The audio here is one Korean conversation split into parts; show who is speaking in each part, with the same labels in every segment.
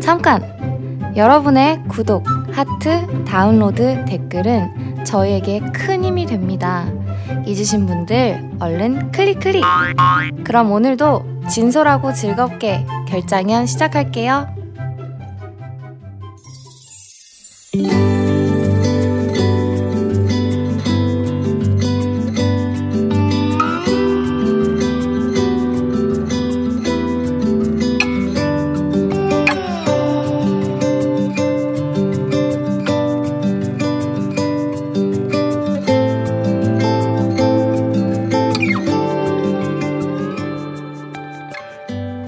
Speaker 1: 잠깐! 여러분의 구독, 하트, 다운로드, 댓글은 저희에게 큰 힘이 됩니다. 잊으신 분들 얼른 클릭 클릭! 그럼 오늘도 진솔하고 즐겁게 결장연 시작할게요.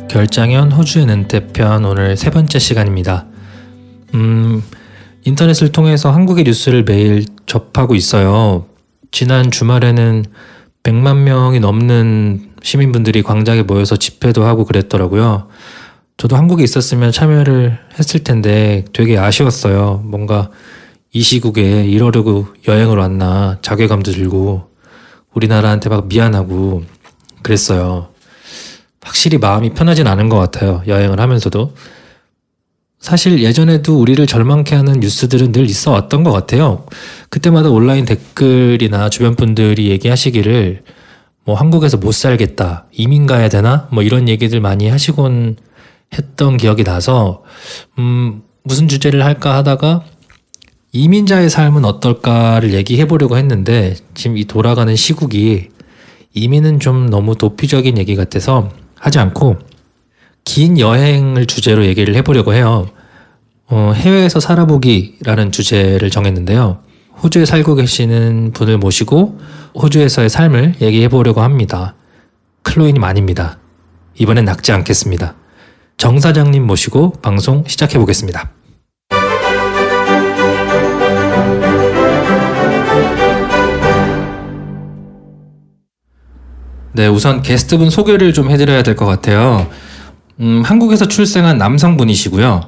Speaker 2: 결장현 호주의 은퇴편 오늘 세 번째 시간입니다. 음, 인터넷을 통해서 한국의 뉴스를 매일 접하고 있어요. 지난 주말에는 100만 명이 넘는 시민분들이 광장에 모여서 집회도 하고 그랬더라고요. 저도 한국에 있었으면 참여를 했을 텐데 되게 아쉬웠어요. 뭔가 이 시국에 이러려고 여행을 왔나 자괴감도 들고 우리나라한테 막 미안하고 그랬어요. 확실히 마음이 편하진 않은 것 같아요. 여행을 하면서도. 사실 예전에도 우리를 절망케 하는 뉴스들은 늘 있어 왔던 것 같아요. 그때마다 온라인 댓글이나 주변 분들이 얘기하시기를 뭐 한국에서 못 살겠다, 이민 가야 되나? 뭐 이런 얘기들 많이 하시곤 했던 기억이 나서, 음, 무슨 주제를 할까 하다가 이민자의 삶은 어떨까를 얘기해 보려고 했는데 지금 이 돌아가는 시국이 이민은 좀 너무 도피적인 얘기 같아서 하지 않고 긴 여행을 주제로 얘기를 해보려고 해요. 어, 해외에서 살아보기라는 주제를 정했는데요. 호주에 살고 계시는 분을 모시고 호주에서의 삶을 얘기해 보려고 합니다. 클로이님 아닙니다. 이번엔 낙지 않겠습니다. 정 사장님 모시고 방송 시작해 보겠습니다. 네, 우선 게스트분 소개를 좀 해드려야 될 것 같아요. 음, 한국에서 출생한 남성분이시고요.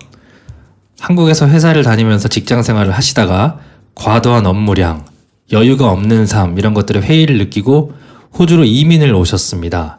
Speaker 2: 한국에서 회사를 다니면서 직장 생활을 하시다가 과도한 업무량, 여유가 없는 삶 이런 것들에 회의를 느끼고 호주로 이민을 오셨습니다.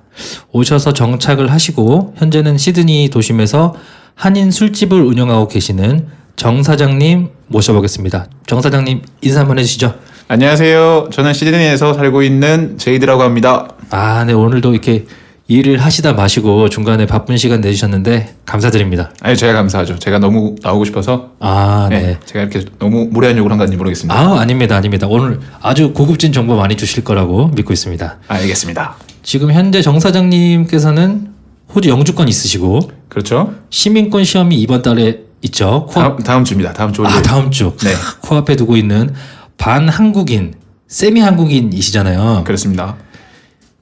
Speaker 2: 오셔서 정착을 하시고 현재는 시드니 도심에서 한인 술집을 운영하고 계시는 정 사장님 모셔보겠습니다. 정 사장님 인사 한번 해주시죠.
Speaker 3: 안녕하세요. 저는 시드니에서 살고 있는 제이드라고 합니다.
Speaker 2: 아, 네 오늘도 이렇게 일을 하시다 마시고 중간에 바쁜 시간 내주셨는데 감사드립니다.
Speaker 3: 아니 제가 감사하죠. 제가 너무 나오고 싶어서
Speaker 2: 아, 네.
Speaker 3: 네, 제가 이렇게 너무 무례한 욕을 한 건지 모르겠습니다.
Speaker 2: 아, 아닙니다, 아닙니다. 오늘 아주 고급진 정보 많이 주실 거라고 믿고 있습니다.
Speaker 3: 알겠습니다.
Speaker 2: 지금 현재 정 사장님께서는 호주 영주권 있으시고
Speaker 3: 그렇죠?
Speaker 2: 시민권 시험이 이번 달에 있죠. 코앞
Speaker 3: 다음, 다음 주입니다. 다음 주 월요일.
Speaker 2: 아 다음 주
Speaker 3: 네.
Speaker 2: 코앞에 두고 있는 반 한국인 세미 한국인이시잖아요.
Speaker 3: 그렇습니다.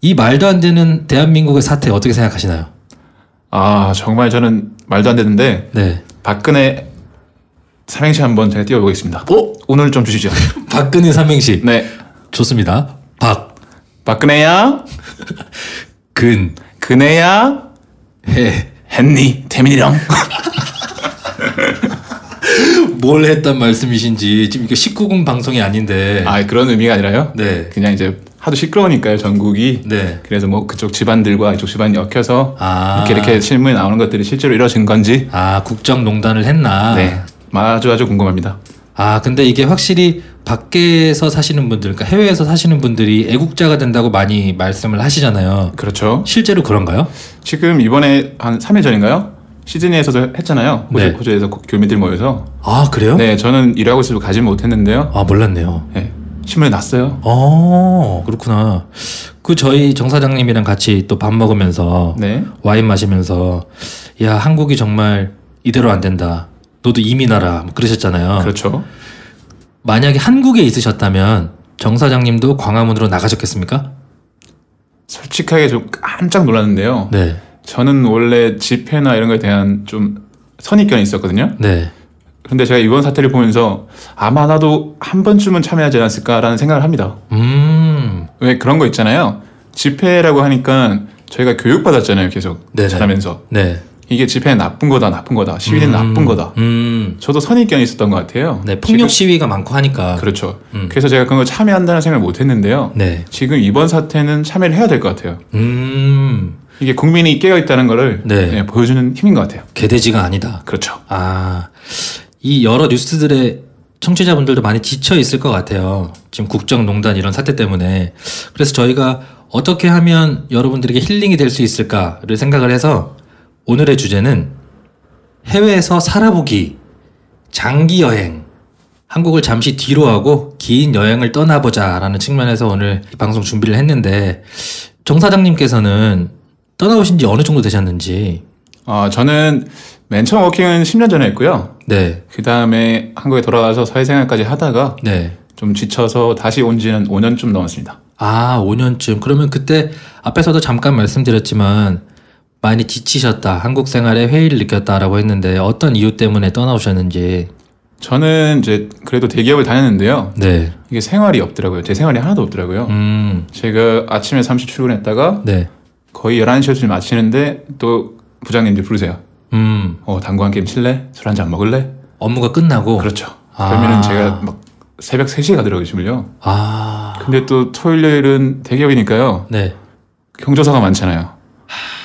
Speaker 2: 이 말도 안 되는 대한민국의 사태 어떻게 생각하시나요?
Speaker 3: 아 정말 저는 말도 안 되는데
Speaker 2: 네.
Speaker 3: 박근혜 삼행시 한번 제가 띄워보겠습니다.
Speaker 2: 오
Speaker 3: 오늘 좀 주시죠.
Speaker 2: 박근혜 삼행시
Speaker 3: 네.
Speaker 2: 좋습니다.
Speaker 3: 박근혜야,
Speaker 2: 박근혜야
Speaker 3: 근혜야, 했니 태민이랑.
Speaker 2: 뭘 했단 말씀이신지 지금 이게 19금 방송이 아닌데
Speaker 3: 아 그런 의미가 아니라요.
Speaker 2: 네.
Speaker 3: 그냥 이제 하도 시끄러우니까요 전국이.
Speaker 2: 네.
Speaker 3: 그래서 뭐 그쪽 집안들과 이쪽 집안이 엮여서
Speaker 2: 아.
Speaker 3: 이렇게 이렇게 실무에 나오는 것들이 실제로 이뤄진 건지
Speaker 2: 아, 국정농단을 했나.
Speaker 3: 네 아주 아주 궁금합니다.
Speaker 2: 아, 근데 이게 확실히 밖에서 사시는 분들, 그러니까 해외에서 사시는 분들이 애국자가 된다고 많이 말씀을 하시잖아요.
Speaker 3: 그렇죠.
Speaker 2: 실제로 그런가요?
Speaker 3: 지금 이번에 한 3일 전인가요? 시드니에서도 했잖아요. 호주,
Speaker 2: 네.
Speaker 3: 호주에서 고- 교민들 모여서.
Speaker 2: 아, 그래요?
Speaker 3: 네, 저는 일하고 있어서 가지 못했는데요.
Speaker 2: 아, 몰랐네요.
Speaker 3: 네, 신문에 났어요.
Speaker 2: 어, 그렇구나. 그 저희 정 사장님이랑 같이 또 밥 먹으면서
Speaker 3: 네.
Speaker 2: 와인 마시면서 야, 한국이 정말 이대로 안 된다. 너도 이민하라. 뭐 그러셨잖아요.
Speaker 3: 그렇죠.
Speaker 2: 만약에 한국에 있으셨다면 정 사장님도 광화문으로 나가셨겠습니까?
Speaker 3: 솔직하게 좀 깜짝 놀랐는데요.
Speaker 2: 네.
Speaker 3: 저는 원래 집회나 이런 거에 대한 좀 선입견이 있었거든요.
Speaker 2: 네.
Speaker 3: 근데 제가 이번 사태를 보면서 아마 나도 한 번쯤은 참여하지 않았을까라는 생각을 합니다.
Speaker 2: 음.
Speaker 3: 왜 그런 거 있잖아요. 집회라고 하니까 저희가 교육받았잖아요. 계속
Speaker 2: 네네.
Speaker 3: 자라면서
Speaker 2: 네.
Speaker 3: 이게 집회는 나쁜 거다, 나쁜 거다, 시위는
Speaker 2: 음.
Speaker 3: 나쁜 거다.
Speaker 2: 음.
Speaker 3: 저도 선입견이 있었던 것 같아요.
Speaker 2: 네, 폭력 시위가 많고 하니까.
Speaker 3: 지금- 그렇죠.
Speaker 2: 음.
Speaker 3: 그래서 제가 그런 거 참여한다는 생각을 못 했는데요.
Speaker 2: 네.
Speaker 3: 지금 이번 사태는 참여를 해야 될 것 같아요.
Speaker 2: 음.
Speaker 3: 이게 국민이 깨어 있다는 거를
Speaker 2: 네.
Speaker 3: 예, 보여주는 힘인 것 같아요.
Speaker 2: 개돼지가 아니다.
Speaker 3: 그렇죠.
Speaker 2: 아, 이 여러 뉴스들에 청취자분들도 많이 지쳐 있을 것 같아요. 지금 국정농단 이런 사태 때문에. 그래서 저희가 어떻게 하면 여러분들에게 힐링이 될 수 있을까를 생각을 해서 오늘의 주제는 해외에서 살아보기, 장기 여행, 한국을 잠시 뒤로 하고 긴 여행을 떠나보자라는 측면에서 오늘 이 방송 준비를 했는데 정 사장님께서는 떠나오신 지 어느 정도 되셨는지
Speaker 3: 어, 저는 맨 처음 워킹은 10년 전에 했고요.
Speaker 2: 네,
Speaker 3: 그 다음에 한국에 돌아와서 사회생활까지 하다가
Speaker 2: 네.
Speaker 3: 좀 지쳐서 다시 온 지는 5년쯤 넘었습니다.
Speaker 2: 아, 5년쯤. 그러면 그때 앞에서도 잠깐 말씀드렸지만 많이 지치셨다. 한국 생활에 회의를 느꼈다라고 했는데 어떤 이유 때문에 떠나오셨는지.
Speaker 3: 저는 이제 그래도 대기업을 다녔는데요.
Speaker 2: 네.
Speaker 3: 이게 생활이 없더라고요. 제 생활이 하나도 없더라고요.
Speaker 2: 음.
Speaker 3: 제가 아침에 3시 출근했다가
Speaker 2: 네.
Speaker 3: 거의 11시쯤 마치는데 또 부장님들 부르세요.
Speaker 2: 음.
Speaker 3: 어, 당구 한 게임 칠래? 술 한 잔 먹을래?
Speaker 2: 업무가 끝나고
Speaker 3: 그렇죠.
Speaker 2: 아.
Speaker 3: 그러면은 제가 막 새벽 3시에 가더라고요, 집을요.
Speaker 2: 아.
Speaker 3: 근데 또 토요일은 대기업이니까요.
Speaker 2: 네.
Speaker 3: 경조사가 많잖아요.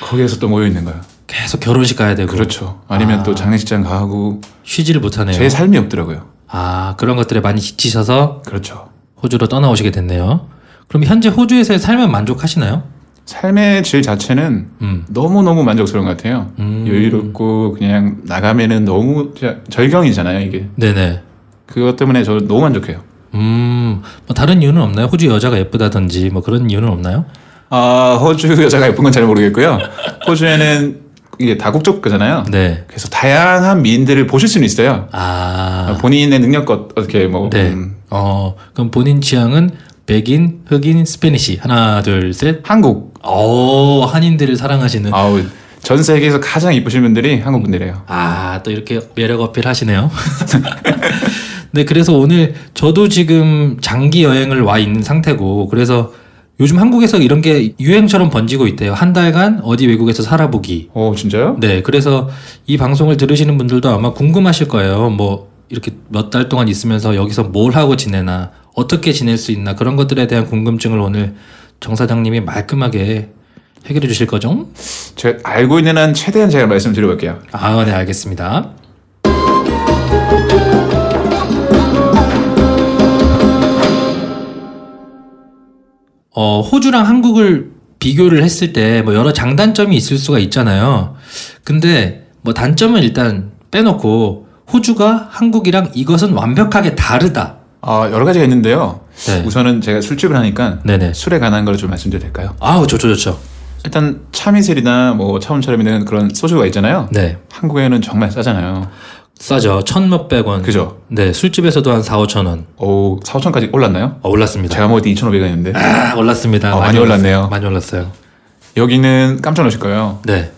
Speaker 3: 거기에서 또 모여 있는 거예요.
Speaker 2: 계속 결혼식 가야 되고
Speaker 3: 그렇죠. 아니면
Speaker 2: 아.
Speaker 3: 또 장례식장 가고
Speaker 2: 쉬지를 못하네요.
Speaker 3: 제 삶이 없더라고요.
Speaker 2: 아, 그런 것들에 많이 지치셔서
Speaker 3: 그렇죠.
Speaker 2: 호주로 떠나오시게 됐네요. 그럼 현재 호주에서의 삶은 만족하시나요?
Speaker 3: 삶의 질 자체는
Speaker 2: 음.
Speaker 3: 너무너무 만족스러운 것 같아요.
Speaker 2: 음.
Speaker 3: 여유롭고 그냥 나가면은 너무 자- 절경이잖아요, 이게.
Speaker 2: 네네.
Speaker 3: 그것 때문에 저 너무 만족해요.
Speaker 2: 음. 뭐 다른 이유는 없나요? 호주 여자가 예쁘다든지 뭐 그런 이유는 없나요?
Speaker 3: 아, 호주 여자가 예쁜 건 잘 모르겠고요. 호주에는 이게 다국적 국가잖아요.
Speaker 2: 네.
Speaker 3: 그래서 다양한 미인들을 보실 수는 있어요.
Speaker 2: 아,
Speaker 3: 본인의 능력껏 어떻게 뭐
Speaker 2: 네.
Speaker 3: 음,
Speaker 2: 어, 그럼 본인 취향은 백인, 흑인, 스페니시 하나, 둘, 셋.
Speaker 3: 한국
Speaker 2: 어, 한인들을 사랑하시는. 아,
Speaker 3: 아우 전 세계에서 가장 이쁘신 분들이 한국 분들이에요.
Speaker 2: 아, 또 이렇게 매력 어필하시네요. 네, 그래서 오늘 저도 지금 장기 여행을 와 있는 상태고, 그래서 요즘 한국에서 이런 게 유행처럼 번지고 있대요. 한 달간 어디 외국에서 살아보기.
Speaker 3: 오 어, 진짜요?
Speaker 2: 네, 그래서 이 방송을 들으시는 분들도 아마 궁금하실 거예요. 뭐 이렇게 몇 달 동안 있으면서 여기서 뭘 하고 지내나, 어떻게 지낼 수 있나 그런 것들에 대한 궁금증을 오늘 정 사장님이 말끔하게 해결해 주실 거죠?
Speaker 3: 제가 알고 있는 한 최대한 제가 말씀드려볼게요.
Speaker 2: 아, 네, 알겠습니다. 어, 호주랑 한국을 비교를 했을 때 뭐 여러 장단점이 있을 수가 있잖아요. 근데 뭐 단점은 일단 빼놓고 호주가 한국이랑 이것은 완벽하게 다르다.
Speaker 3: 아 여러 가지가 있는데요.
Speaker 2: 네.
Speaker 3: 우선은 제가 술집을 하니까
Speaker 2: 네네.
Speaker 3: 술에 관한 걸 좀 말씀드려도 될까요?
Speaker 2: 아우, 좋죠, 좋죠.
Speaker 3: 일단 차미슬이나 뭐 차움처럼 있는 그런 소주가 있잖아요.
Speaker 2: 네.
Speaker 3: 한국에는 정말 싸잖아요.
Speaker 2: 싸죠. 천 몇백 원.
Speaker 3: 그죠?
Speaker 2: 네. 술집에서도 한 4, 5천 원.
Speaker 3: 오 4, 5천까지 올랐나요?
Speaker 2: 어, 올랐습니다.
Speaker 3: 제가 먹을 때 2,500원이었는데
Speaker 2: 아, 올랐습니다.
Speaker 3: 어, 많이 올랐네요.
Speaker 2: 올랐- 많이 올랐어요.
Speaker 3: 여기는 깜짝 놀실 거예요.
Speaker 2: 네.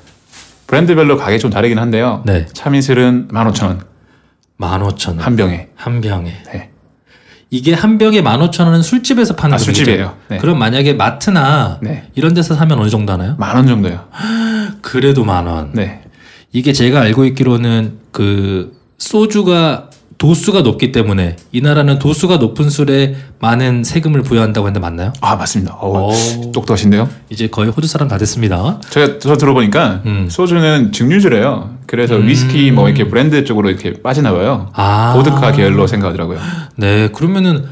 Speaker 3: 브랜드별로 가게 좀 다르긴 한데요.
Speaker 2: 네. 음.
Speaker 3: 차미슬은 15,000원
Speaker 2: 15,000원. 한,
Speaker 3: 한 병에.
Speaker 2: 병에.
Speaker 3: 네.
Speaker 2: 이게 한 병에 15,000원은 술집에서 파는
Speaker 3: 아,
Speaker 2: 금액이죠?
Speaker 3: 술집이에요. 네.
Speaker 2: 그럼 만약에 마트나
Speaker 3: 네.
Speaker 2: 이런 데서 사면 어느 정도 하나요?
Speaker 3: 만 원 정도요.
Speaker 2: 그래도 만 원.
Speaker 3: 네.
Speaker 2: 이게 제가 알고 있기로는 그 소주가 도수가 높기 때문에 이 나라는 도수가 높은 술에 많은 세금을 부여한다고 했는데 맞나요?
Speaker 3: 아, 맞습니다. 어,
Speaker 2: 오.
Speaker 3: 똑똑하신데요?
Speaker 2: 이제 거의 호주 사람 다 됐습니다.
Speaker 3: 제가 저 들어보니까
Speaker 2: 음.
Speaker 3: 소주는 증류주래요. 그래서 위스키 뭐 이렇게 브랜드 쪽으로 이렇게 빠지나 봐요.
Speaker 2: 아.
Speaker 3: 보드카 계열로 생각하더라고요.
Speaker 2: 네. 그러면은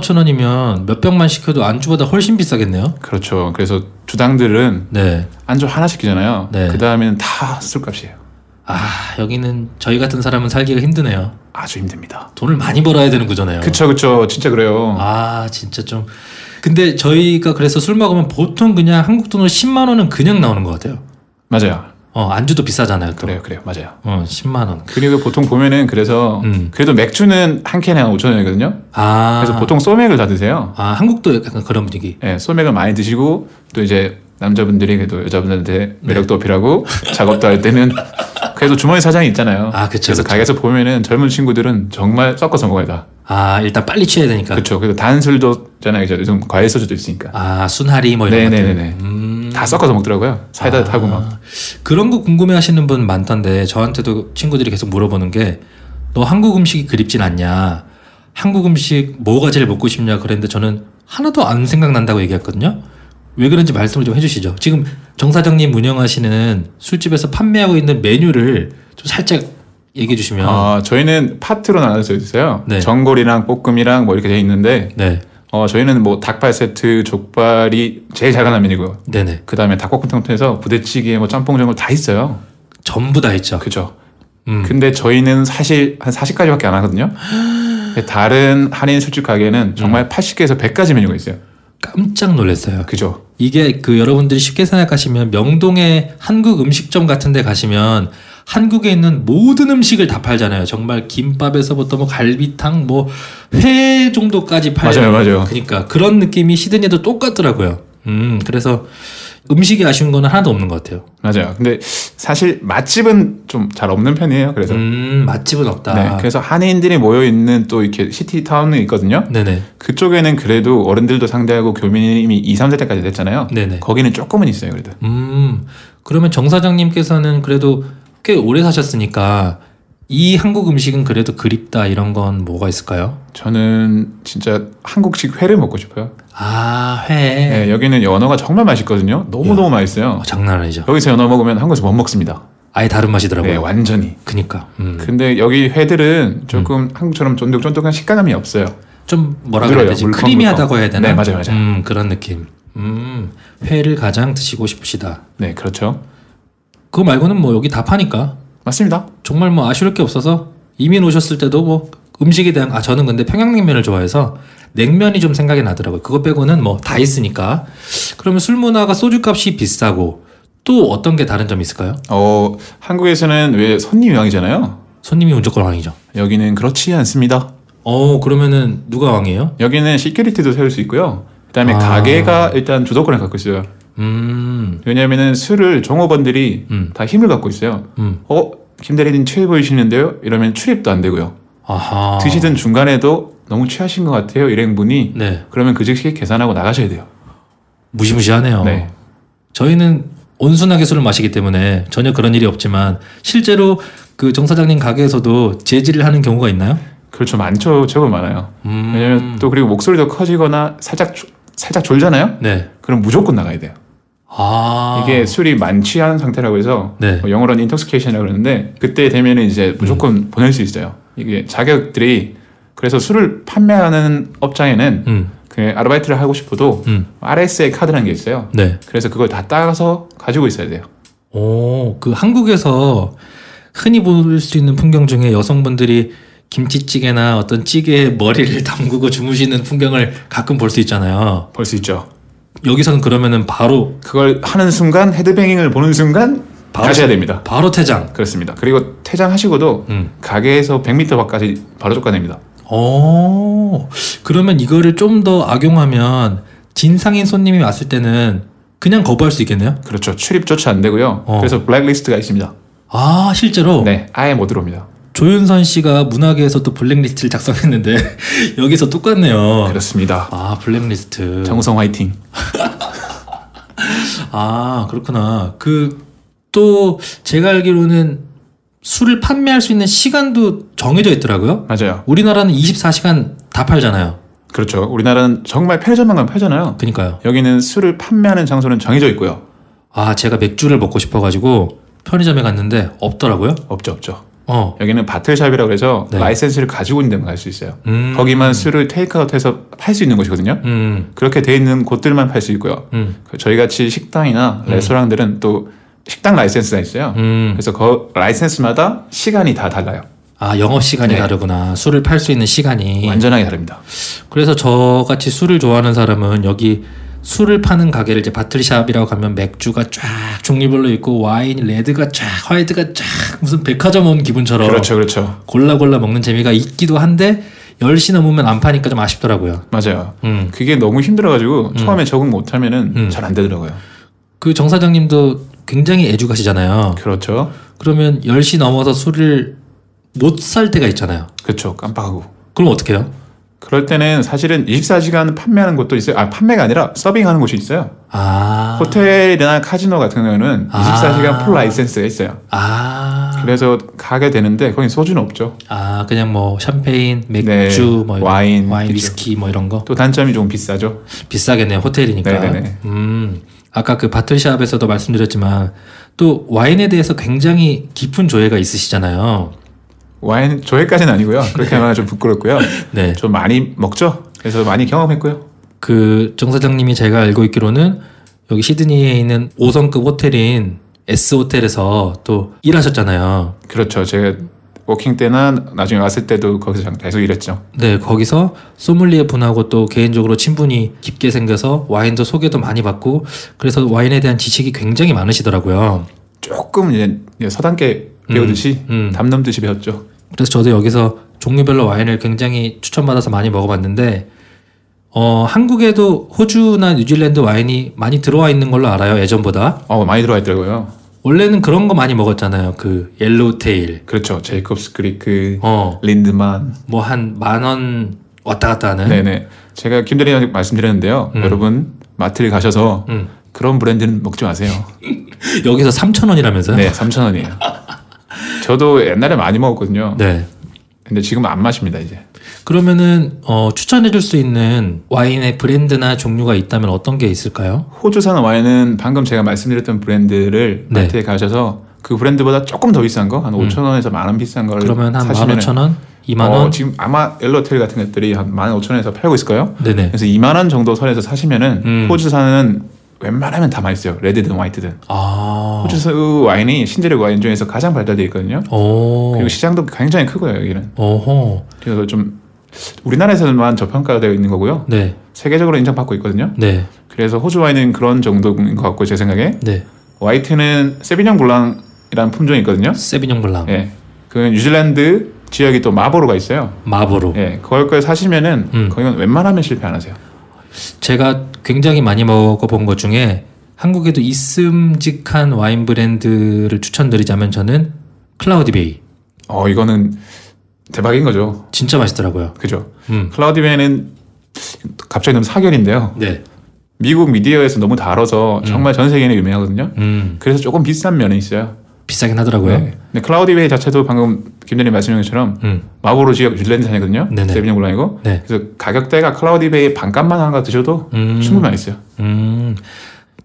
Speaker 2: 15,000원이면 몇 병만 시켜도 안주보다 훨씬 비싸겠네요.
Speaker 3: 그렇죠. 그래서 주당들은
Speaker 2: 네.
Speaker 3: 안주 하나 시키잖아요.
Speaker 2: 네.
Speaker 3: 그 다음에는 다 술값이에요.
Speaker 2: 아, 여기는 저희 같은 사람은 살기가 힘드네요.
Speaker 3: 아주 힘듭니다.
Speaker 2: 돈을 많이 벌어야 되는 구조네요.
Speaker 3: 그쵸, 그쵸. 진짜 그래요.
Speaker 2: 아 진짜 좀. 근데 저희가 그래서 술 먹으면 보통 그냥 한국 돈으로 10만 원은 그냥 나오는 것 같아요.
Speaker 3: 맞아요.
Speaker 2: 어 안주도 비싸잖아요. 또.
Speaker 3: 그래요, 그래요. 맞아요.
Speaker 2: 어 10만 원.
Speaker 3: 그리고 보통 보면은 그래서
Speaker 2: 음.
Speaker 3: 그래도 맥주는 한 캔에 한 5천 원이거든요.
Speaker 2: 아.
Speaker 3: 그래서 보통 소맥을 다 드세요.
Speaker 2: 아 한국도 약간 그런 분위기.
Speaker 3: 예, 소맥을 많이 드시고 또 이제 남자분들이 그래도
Speaker 2: 네.
Speaker 3: 여자분들한테 매력도 어필하고 작업도 할 때는 그래도 주머니 사장이 있잖아요.
Speaker 2: 아, 그쵸,
Speaker 3: 그래서
Speaker 2: 그쵸.
Speaker 3: 가게에서 보면은 젊은 친구들은 정말 섞어서 먹어야 다.
Speaker 2: 아 일단 빨리 취해야 되니까.
Speaker 3: 그렇죠. 그래서 단술도잖아요. 이제 요즘 과일 소주도 있으니까
Speaker 2: 아 순하리 뭐 이런 것들.
Speaker 3: 네네네네.
Speaker 2: 음. 아.
Speaker 3: 다 섞어서 먹더라고요. 사이다 타고 막.
Speaker 2: 그런 거 궁금해하시는 분 많던데 저한테도 친구들이 계속 물어보는 게 너 한국 음식이 그립진 않냐? 한국 음식 뭐가 제일 먹고 싶냐? 그랬는데 저는 하나도 안 생각난다고 얘기했거든요. 왜 그런지 말씀을 좀 해주시죠. 지금 정 사장님 운영하시는 술집에서 판매하고 있는 메뉴를 좀 살짝 얘기해 주시면
Speaker 3: 아, 저희는 파트로 나눠져 있어요.
Speaker 2: 네.
Speaker 3: 전골이랑 볶음이랑 뭐 이렇게 돼 있는데
Speaker 2: 네,
Speaker 3: 어, 저희는 뭐 닭발 세트, 족발이 제일 잘 가는 메뉴고요.
Speaker 2: 네네
Speaker 3: 그다음에 닭볶음탕부터해서 부대찌개, 뭐 짬뽕 전골 다 있어요.
Speaker 2: 전부 다 있죠.
Speaker 3: 그죠.
Speaker 2: 아. 음.
Speaker 3: 근데 저희는 사실 한 40가지밖에 안 하거든요. 근데 다른 한인 술집 가게는 정말
Speaker 2: 음.
Speaker 3: 80개에서 100가지 메뉴가 있어요.
Speaker 2: 깜짝 놀랐어요.
Speaker 3: 그죠.
Speaker 2: 이게 그 여러분들이 쉽게 생각하시면 명동의 한국 음식점 같은데 가시면 한국에 있는 모든 음식을 다 팔잖아요. 정말 김밥에서부터 뭐 갈비탕 뭐 회 정도까지 팔아요.
Speaker 3: 맞아요, 맞아요.
Speaker 2: 그러니까 그런 느낌이 시드니에도 똑같더라고요. 음, 그래서 음식이 아쉬운 거는 하나도 없는 것 같아요.
Speaker 3: 맞아요. 근데 사실 맛집은 좀 잘 없는 편이에요. 그래서
Speaker 2: 음, 맛집은 없다.
Speaker 3: 네, 그래서 한인들이 모여 있는 또 이렇게 시티 타운이 있거든요.
Speaker 2: 네네.
Speaker 3: 그쪽에는 그래도 어른들도 상대하고 교민이 2, 3세대까지 됐잖아요.
Speaker 2: 네네.
Speaker 3: 거기는 조금은 있어요, 그래도.
Speaker 2: 음, 그러면 정 사장님께서는 그래도 꽤 오래 사셨으니까 이 한국 음식은 그래도 그립다 이런 건 뭐가 있을까요?
Speaker 3: 저는 진짜 한국식 회를 먹고 싶어요.
Speaker 2: 아, 회.
Speaker 3: 네, 여기는 연어가 정말 맛있거든요. 너무너무 맛있어요.
Speaker 2: 어, 장난 아니죠.
Speaker 3: 여기서 연어 먹으면 한국에서 못 먹습니다.
Speaker 2: 아예 다른 맛이더라고요.
Speaker 3: 네, 완전히.
Speaker 2: 그니까. 음.
Speaker 3: 근데 여기 회들은 조금 한국처럼 쫀득쫀득한 식감이 없어요.
Speaker 2: 좀 뭐라
Speaker 3: 물들어요,
Speaker 2: 그래야 되지?
Speaker 3: 물컹물컹.
Speaker 2: 크리미하다고 해야 되나?
Speaker 3: 네, 맞아요, 맞아요.
Speaker 2: 음, 그런 느낌. 음, 회를 가장 드시고 싶으시다.
Speaker 3: 네, 그렇죠.
Speaker 2: 그거 말고는 뭐 여기 다 파니까
Speaker 3: 맞습니다.
Speaker 2: 정말 뭐 아쉬울 게 없어서 이민 오셨을 때도 뭐 음식에 대한 아 저는 근데 평양냉면을 좋아해서 냉면이 좀 생각이 나더라고요. 그거 빼고는 뭐 다 있으니까. 그러면 술 문화가 소주값이 비싸고 또 어떤 게 다른 점이 있을까요?
Speaker 3: 어, 한국에서는 왜 손님 왕이잖아요.
Speaker 2: 손님이 무조건 왕이죠.
Speaker 3: 여기는 그렇지 않습니다.
Speaker 2: 어 그러면은 누가 왕이에요?
Speaker 3: 여기는 시큐리티도 세울 수 있고요. 그다음에
Speaker 2: 아.
Speaker 3: 가게가 일단 주도권을 갖고 있어요.
Speaker 2: 음,
Speaker 3: 왜냐하면은 술을 종업원들이
Speaker 2: 음.
Speaker 3: 다 힘을 갖고 있어요.
Speaker 2: 음,
Speaker 3: 어, 김 대리님 취해 보이시는데요? 이러면 출입도 안 되고요.
Speaker 2: 아하.
Speaker 3: 드시던 중간에도 너무 취하신 것 같아요. 일행분이
Speaker 2: 네,
Speaker 3: 그러면 그 즉시 계산하고 나가셔야 돼요.
Speaker 2: 무시무시하네요.
Speaker 3: 네.
Speaker 2: 저희는 온순하게 술을 마시기 때문에 전혀 그런 일이 없지만 실제로 그 정 사장님 가게에서도 제지를 하는 경우가 있나요?
Speaker 3: 그렇죠. 많죠. 제법 많아요.
Speaker 2: 음,
Speaker 3: 왜냐면 또 그리고 목소리도 커지거나 살짝 조- 살짝 졸잖아요.
Speaker 2: 네.
Speaker 3: 그럼 무조건 나가야 돼요.
Speaker 2: 아
Speaker 3: 이게 술이 만취한 상태라고 해서
Speaker 2: 네.
Speaker 3: 뭐 영어로는 인톡스케이션이라고 그러는데 그때 되면 이제 무조건
Speaker 2: 음.
Speaker 3: 보낼 수 있어요. 이게 자격들이 그래서 술을 판매하는 업장에는
Speaker 2: 음,
Speaker 3: 그 아르바이트를 하고 싶어도
Speaker 2: 음,
Speaker 3: RSA 카드라는 게 있어요.
Speaker 2: 네.
Speaker 3: 그래서 그걸 다 따서 가지고 있어야 돼요.
Speaker 2: 오, 그 한국에서 흔히 볼 수 있는 풍경 중에 여성분들이 김치찌개나 어떤 찌개에 머리를 담그고 주무시는 풍경을 가끔 볼 수 있잖아요.
Speaker 3: 볼 수 있죠.
Speaker 2: 여기서는 그러면은 바로
Speaker 3: 그걸 하는 순간 헤드뱅잉을 보는 순간
Speaker 2: 바로
Speaker 3: 가셔야 됩니다.
Speaker 2: 바로 퇴장.
Speaker 3: 그렇습니다. 그리고 퇴장하시고도
Speaker 2: 음.
Speaker 3: 가게에서 100m 밖까지 바로 쫓아냅니다.
Speaker 2: 오, 어, 그러면 이거를 좀 더 악용하면 진상인 손님이 왔을 때는 그냥 거부할 수 있겠네요?
Speaker 3: 그렇죠. 출입조차 안 되고요.
Speaker 2: 어.
Speaker 3: 그래서 블랙리스트가 있습니다.
Speaker 2: 아, 실제로
Speaker 3: 네, 아예 못 들어옵니다.
Speaker 2: 조윤선 씨가 문화계에서 또 블랙리스트를 작성했는데 여기서 똑같네요.
Speaker 3: 그렇습니다.
Speaker 2: 아, 블랙리스트.
Speaker 3: 정우성 화이팅.
Speaker 2: 아, 그렇구나. 그 또 제가 알기로는 술을 판매할 수 있는 시간도 정해져 있더라고요.
Speaker 3: 맞아요.
Speaker 2: 우리나라는 24시간 다 팔잖아요.
Speaker 3: 그렇죠. 우리나라는 정말 편의점만 가면 팔잖아요.
Speaker 2: 그니까요.
Speaker 3: 여기는 술을 판매하는 장소는 정해져 있고요.
Speaker 2: 아, 제가 맥주를 먹고 싶어가지고 편의점에 갔는데 없더라고요.
Speaker 3: 없죠, 없죠.
Speaker 2: 어,
Speaker 3: 여기는 바틀샵이라고 해서
Speaker 2: 네.
Speaker 3: 라이센스를 가지고 있는 데만 갈 수 있어요.
Speaker 2: 음,
Speaker 3: 거기만 술을 테이크아웃해서 팔 수 있는 곳이거든요.
Speaker 2: 음,
Speaker 3: 그렇게 돼 있는 곳들만 팔 수 있고요. 그
Speaker 2: 음,
Speaker 3: 저희 같이 식당이나
Speaker 2: 음.
Speaker 3: 레스토랑들은 또 식당 라이센스가 있어요.
Speaker 2: 음.
Speaker 3: 그래서 그 라이센스마다 시간이 다 달라요.
Speaker 2: 아 영업 시간이
Speaker 3: 네.
Speaker 2: 다르구나. 술을 팔 수 있는 시간이.
Speaker 3: 완전하게 다릅니다.
Speaker 2: 그래서 저 같이 술을 좋아하는 사람은 여기 술을 파는 가게를 이제 바틀샵이라고 가면 맥주가 쫙 종류별로 있고 와인, 레드가 쫙, 화이트가 쫙 무슨 백화점 온 기분처럼
Speaker 3: 그렇죠, 그렇죠.
Speaker 2: 골라 골라 먹는 재미가 있기도 한데 10시 넘으면 안 파니까 좀 아쉽더라고요.
Speaker 3: 맞아요.
Speaker 2: 음.
Speaker 3: 그게 너무 힘들어가지고 처음에 적응 못하면은
Speaker 2: 음.
Speaker 3: 잘 안 되더라고요.
Speaker 2: 그 정 사장님도 굉장히 애주가시잖아요.
Speaker 3: 그렇죠.
Speaker 2: 그러면 10시 넘어서 술을 못 살 때가 있잖아요.
Speaker 3: 그렇죠. 깜빡하고.
Speaker 2: 그럼 어떻게 해요?
Speaker 3: 그럴 때는 사실은 24시간 판매하는 곳도 있어요. 아, 판매가 아니라 서빙하는 곳이 있어요.
Speaker 2: 아.
Speaker 3: 호텔이나 카지노 같은 경우는
Speaker 2: 아.
Speaker 3: 24시간 풀 라이센스가 있어요.
Speaker 2: 아.
Speaker 3: 그래서 가게 되는데 거긴 소주는 없죠.
Speaker 2: 아 그냥 뭐 샴페인, 맥주,
Speaker 3: 네,
Speaker 2: 뭐 이런,
Speaker 3: 와인,
Speaker 2: 와인,
Speaker 3: 그죠.
Speaker 2: 위스키 뭐 이런 거
Speaker 3: 또 단점이 좀 비싸죠.
Speaker 2: 비싸겠네요 호텔이니까.
Speaker 3: 네네네.
Speaker 2: 음 아까 그 바틀샵에서도 말씀드렸지만 또 와인에 대해서 굉장히 깊은 조예가 있으시잖아요.
Speaker 3: 와인 저희까지는 아니고요. 그렇게 하면 좀 부끄럽고요.
Speaker 2: 네.
Speaker 3: 좀 많이 먹죠. 그래서 많이 경험했고요.
Speaker 2: 그 정사장님이 제가 알고 있기로는 여기 시드니에 있는 5성급 호텔인 S 호텔에서 또 일하셨잖아요.
Speaker 3: 그렇죠. 제가 워킹 때나 나중에 왔을 때도 거기서 계속 일했죠.
Speaker 2: 네, 거기서 소믈리에 분하고 또 개인적으로 친분이 깊게 생겨서 와인도 소개도 많이 받고 그래서 와인에 대한 지식이 굉장히 많으시더라고요.
Speaker 3: 조금 이제 서당계 배우듯이
Speaker 2: 음.
Speaker 3: 담 넘듯이 배웠죠.
Speaker 2: 그래서 저도 여기서 종류별로 와인을 굉장히 추천받아서 많이 먹어봤는데 어, 한국에도 호주나 뉴질랜드 와인이 많이 들어와 있는 걸로 알아요, 예전보다.
Speaker 3: 어 많이 들어와 있더라고요.
Speaker 2: 원래는 그런 거 많이 먹었잖아요. 그 옐로우테일.
Speaker 3: 그렇죠. 제이콥스 그리크,
Speaker 2: 어,
Speaker 3: 린드만.
Speaker 2: 뭐 한 만 원 왔다 갔다 하는
Speaker 3: 네. 네 제가 김대리한테 말씀드렸는데요.
Speaker 2: 음.
Speaker 3: 여러분 마트를 가셔서
Speaker 2: 음.
Speaker 3: 그런 브랜드는 먹지 마세요.
Speaker 2: 여기서 3천 원이라면서요?
Speaker 3: 네, 3천 원이에요. 저도 옛날에 많이 먹었거든요.
Speaker 2: 네.
Speaker 3: 근데 지금 안 마십니다 이제.
Speaker 2: 그러면은 어, 추천해줄 수 있는 와인의 브랜드나 종류가 있다면 어떤 게 있을까요?
Speaker 3: 호주산 와인은 방금 제가 말씀드렸던 브랜드를
Speaker 2: 네.
Speaker 3: 마트에 가셔서 그 브랜드보다 조금 더 비싼 거 한
Speaker 2: 음.
Speaker 3: 5천 원에서 만 원 비싼 거를
Speaker 2: 그러면 한1 5 0
Speaker 3: 사시면은
Speaker 2: 0원 2만
Speaker 3: 어,
Speaker 2: 원,
Speaker 3: 지금 아마 엘로텔 같은 것들이 한 15,000원에서 팔고 있을 거예요.
Speaker 2: 네네.
Speaker 3: 그래서 2만 원 정도 선에서 사시면은
Speaker 2: 음.
Speaker 3: 호주산은 웬만하면 다 맛있어요. 레드든 와이트든.
Speaker 2: 아,
Speaker 3: 호주산 와인이 신세력 와인 중에서 가장 발달돼 있거든요.
Speaker 2: 오,
Speaker 3: 그리고 시장도 굉장히 크고요, 여기는.
Speaker 2: 어허,
Speaker 3: 그래서 좀 우리나라에서만 저평가되어 있는 거고요.
Speaker 2: 네,
Speaker 3: 세계적으로 인정받고 있거든요.
Speaker 2: 네,
Speaker 3: 그래서 호주 와인은 그런 정도인 것 같고 제 생각에
Speaker 2: 네,
Speaker 3: 와이트는 세비뇽 블랑이라는 품종이 있거든요.
Speaker 2: 세비뇽 블랑,
Speaker 3: 예. 그 뉴질랜드 지역이 또 마보로가 있어요.
Speaker 2: 마보로.
Speaker 3: 예, 그걸 걸 사시면은
Speaker 2: 음.
Speaker 3: 거기는 웬만하면 실패 안 하세요.
Speaker 2: 제가 굉장히 많이 먹어본 것 중에 한국에도 있음직한 와인 브랜드를 추천드리자면 저는 클라우디베이.
Speaker 3: 어, 이거는 대박인 거죠.
Speaker 2: 진짜 맛있더라고요.
Speaker 3: 그죠?
Speaker 2: 음.
Speaker 3: 클라우디베는 갑자기 너무 사견인데요.
Speaker 2: 네.
Speaker 3: 미국 미디어에서 너무 다뤄서 정말 전 세계에 유명하거든요.
Speaker 2: 음.
Speaker 3: 그래서 조금 비싼 면이 있어요.
Speaker 2: 비싸긴 하더라고요.
Speaker 3: 네. 근데 클라우디베이 자체도 방금 김대리 말씀하신 것처럼
Speaker 2: 음.
Speaker 3: 마보로 지역 뉴질랜드산이거든요.
Speaker 2: 네네.
Speaker 3: 세비뇽 블랑이고.
Speaker 2: 네.
Speaker 3: 그래서 가격대가 클라우디베이 반값만 하는 거 드셔도
Speaker 2: 음.
Speaker 3: 충분히 맛있어요.
Speaker 2: 음.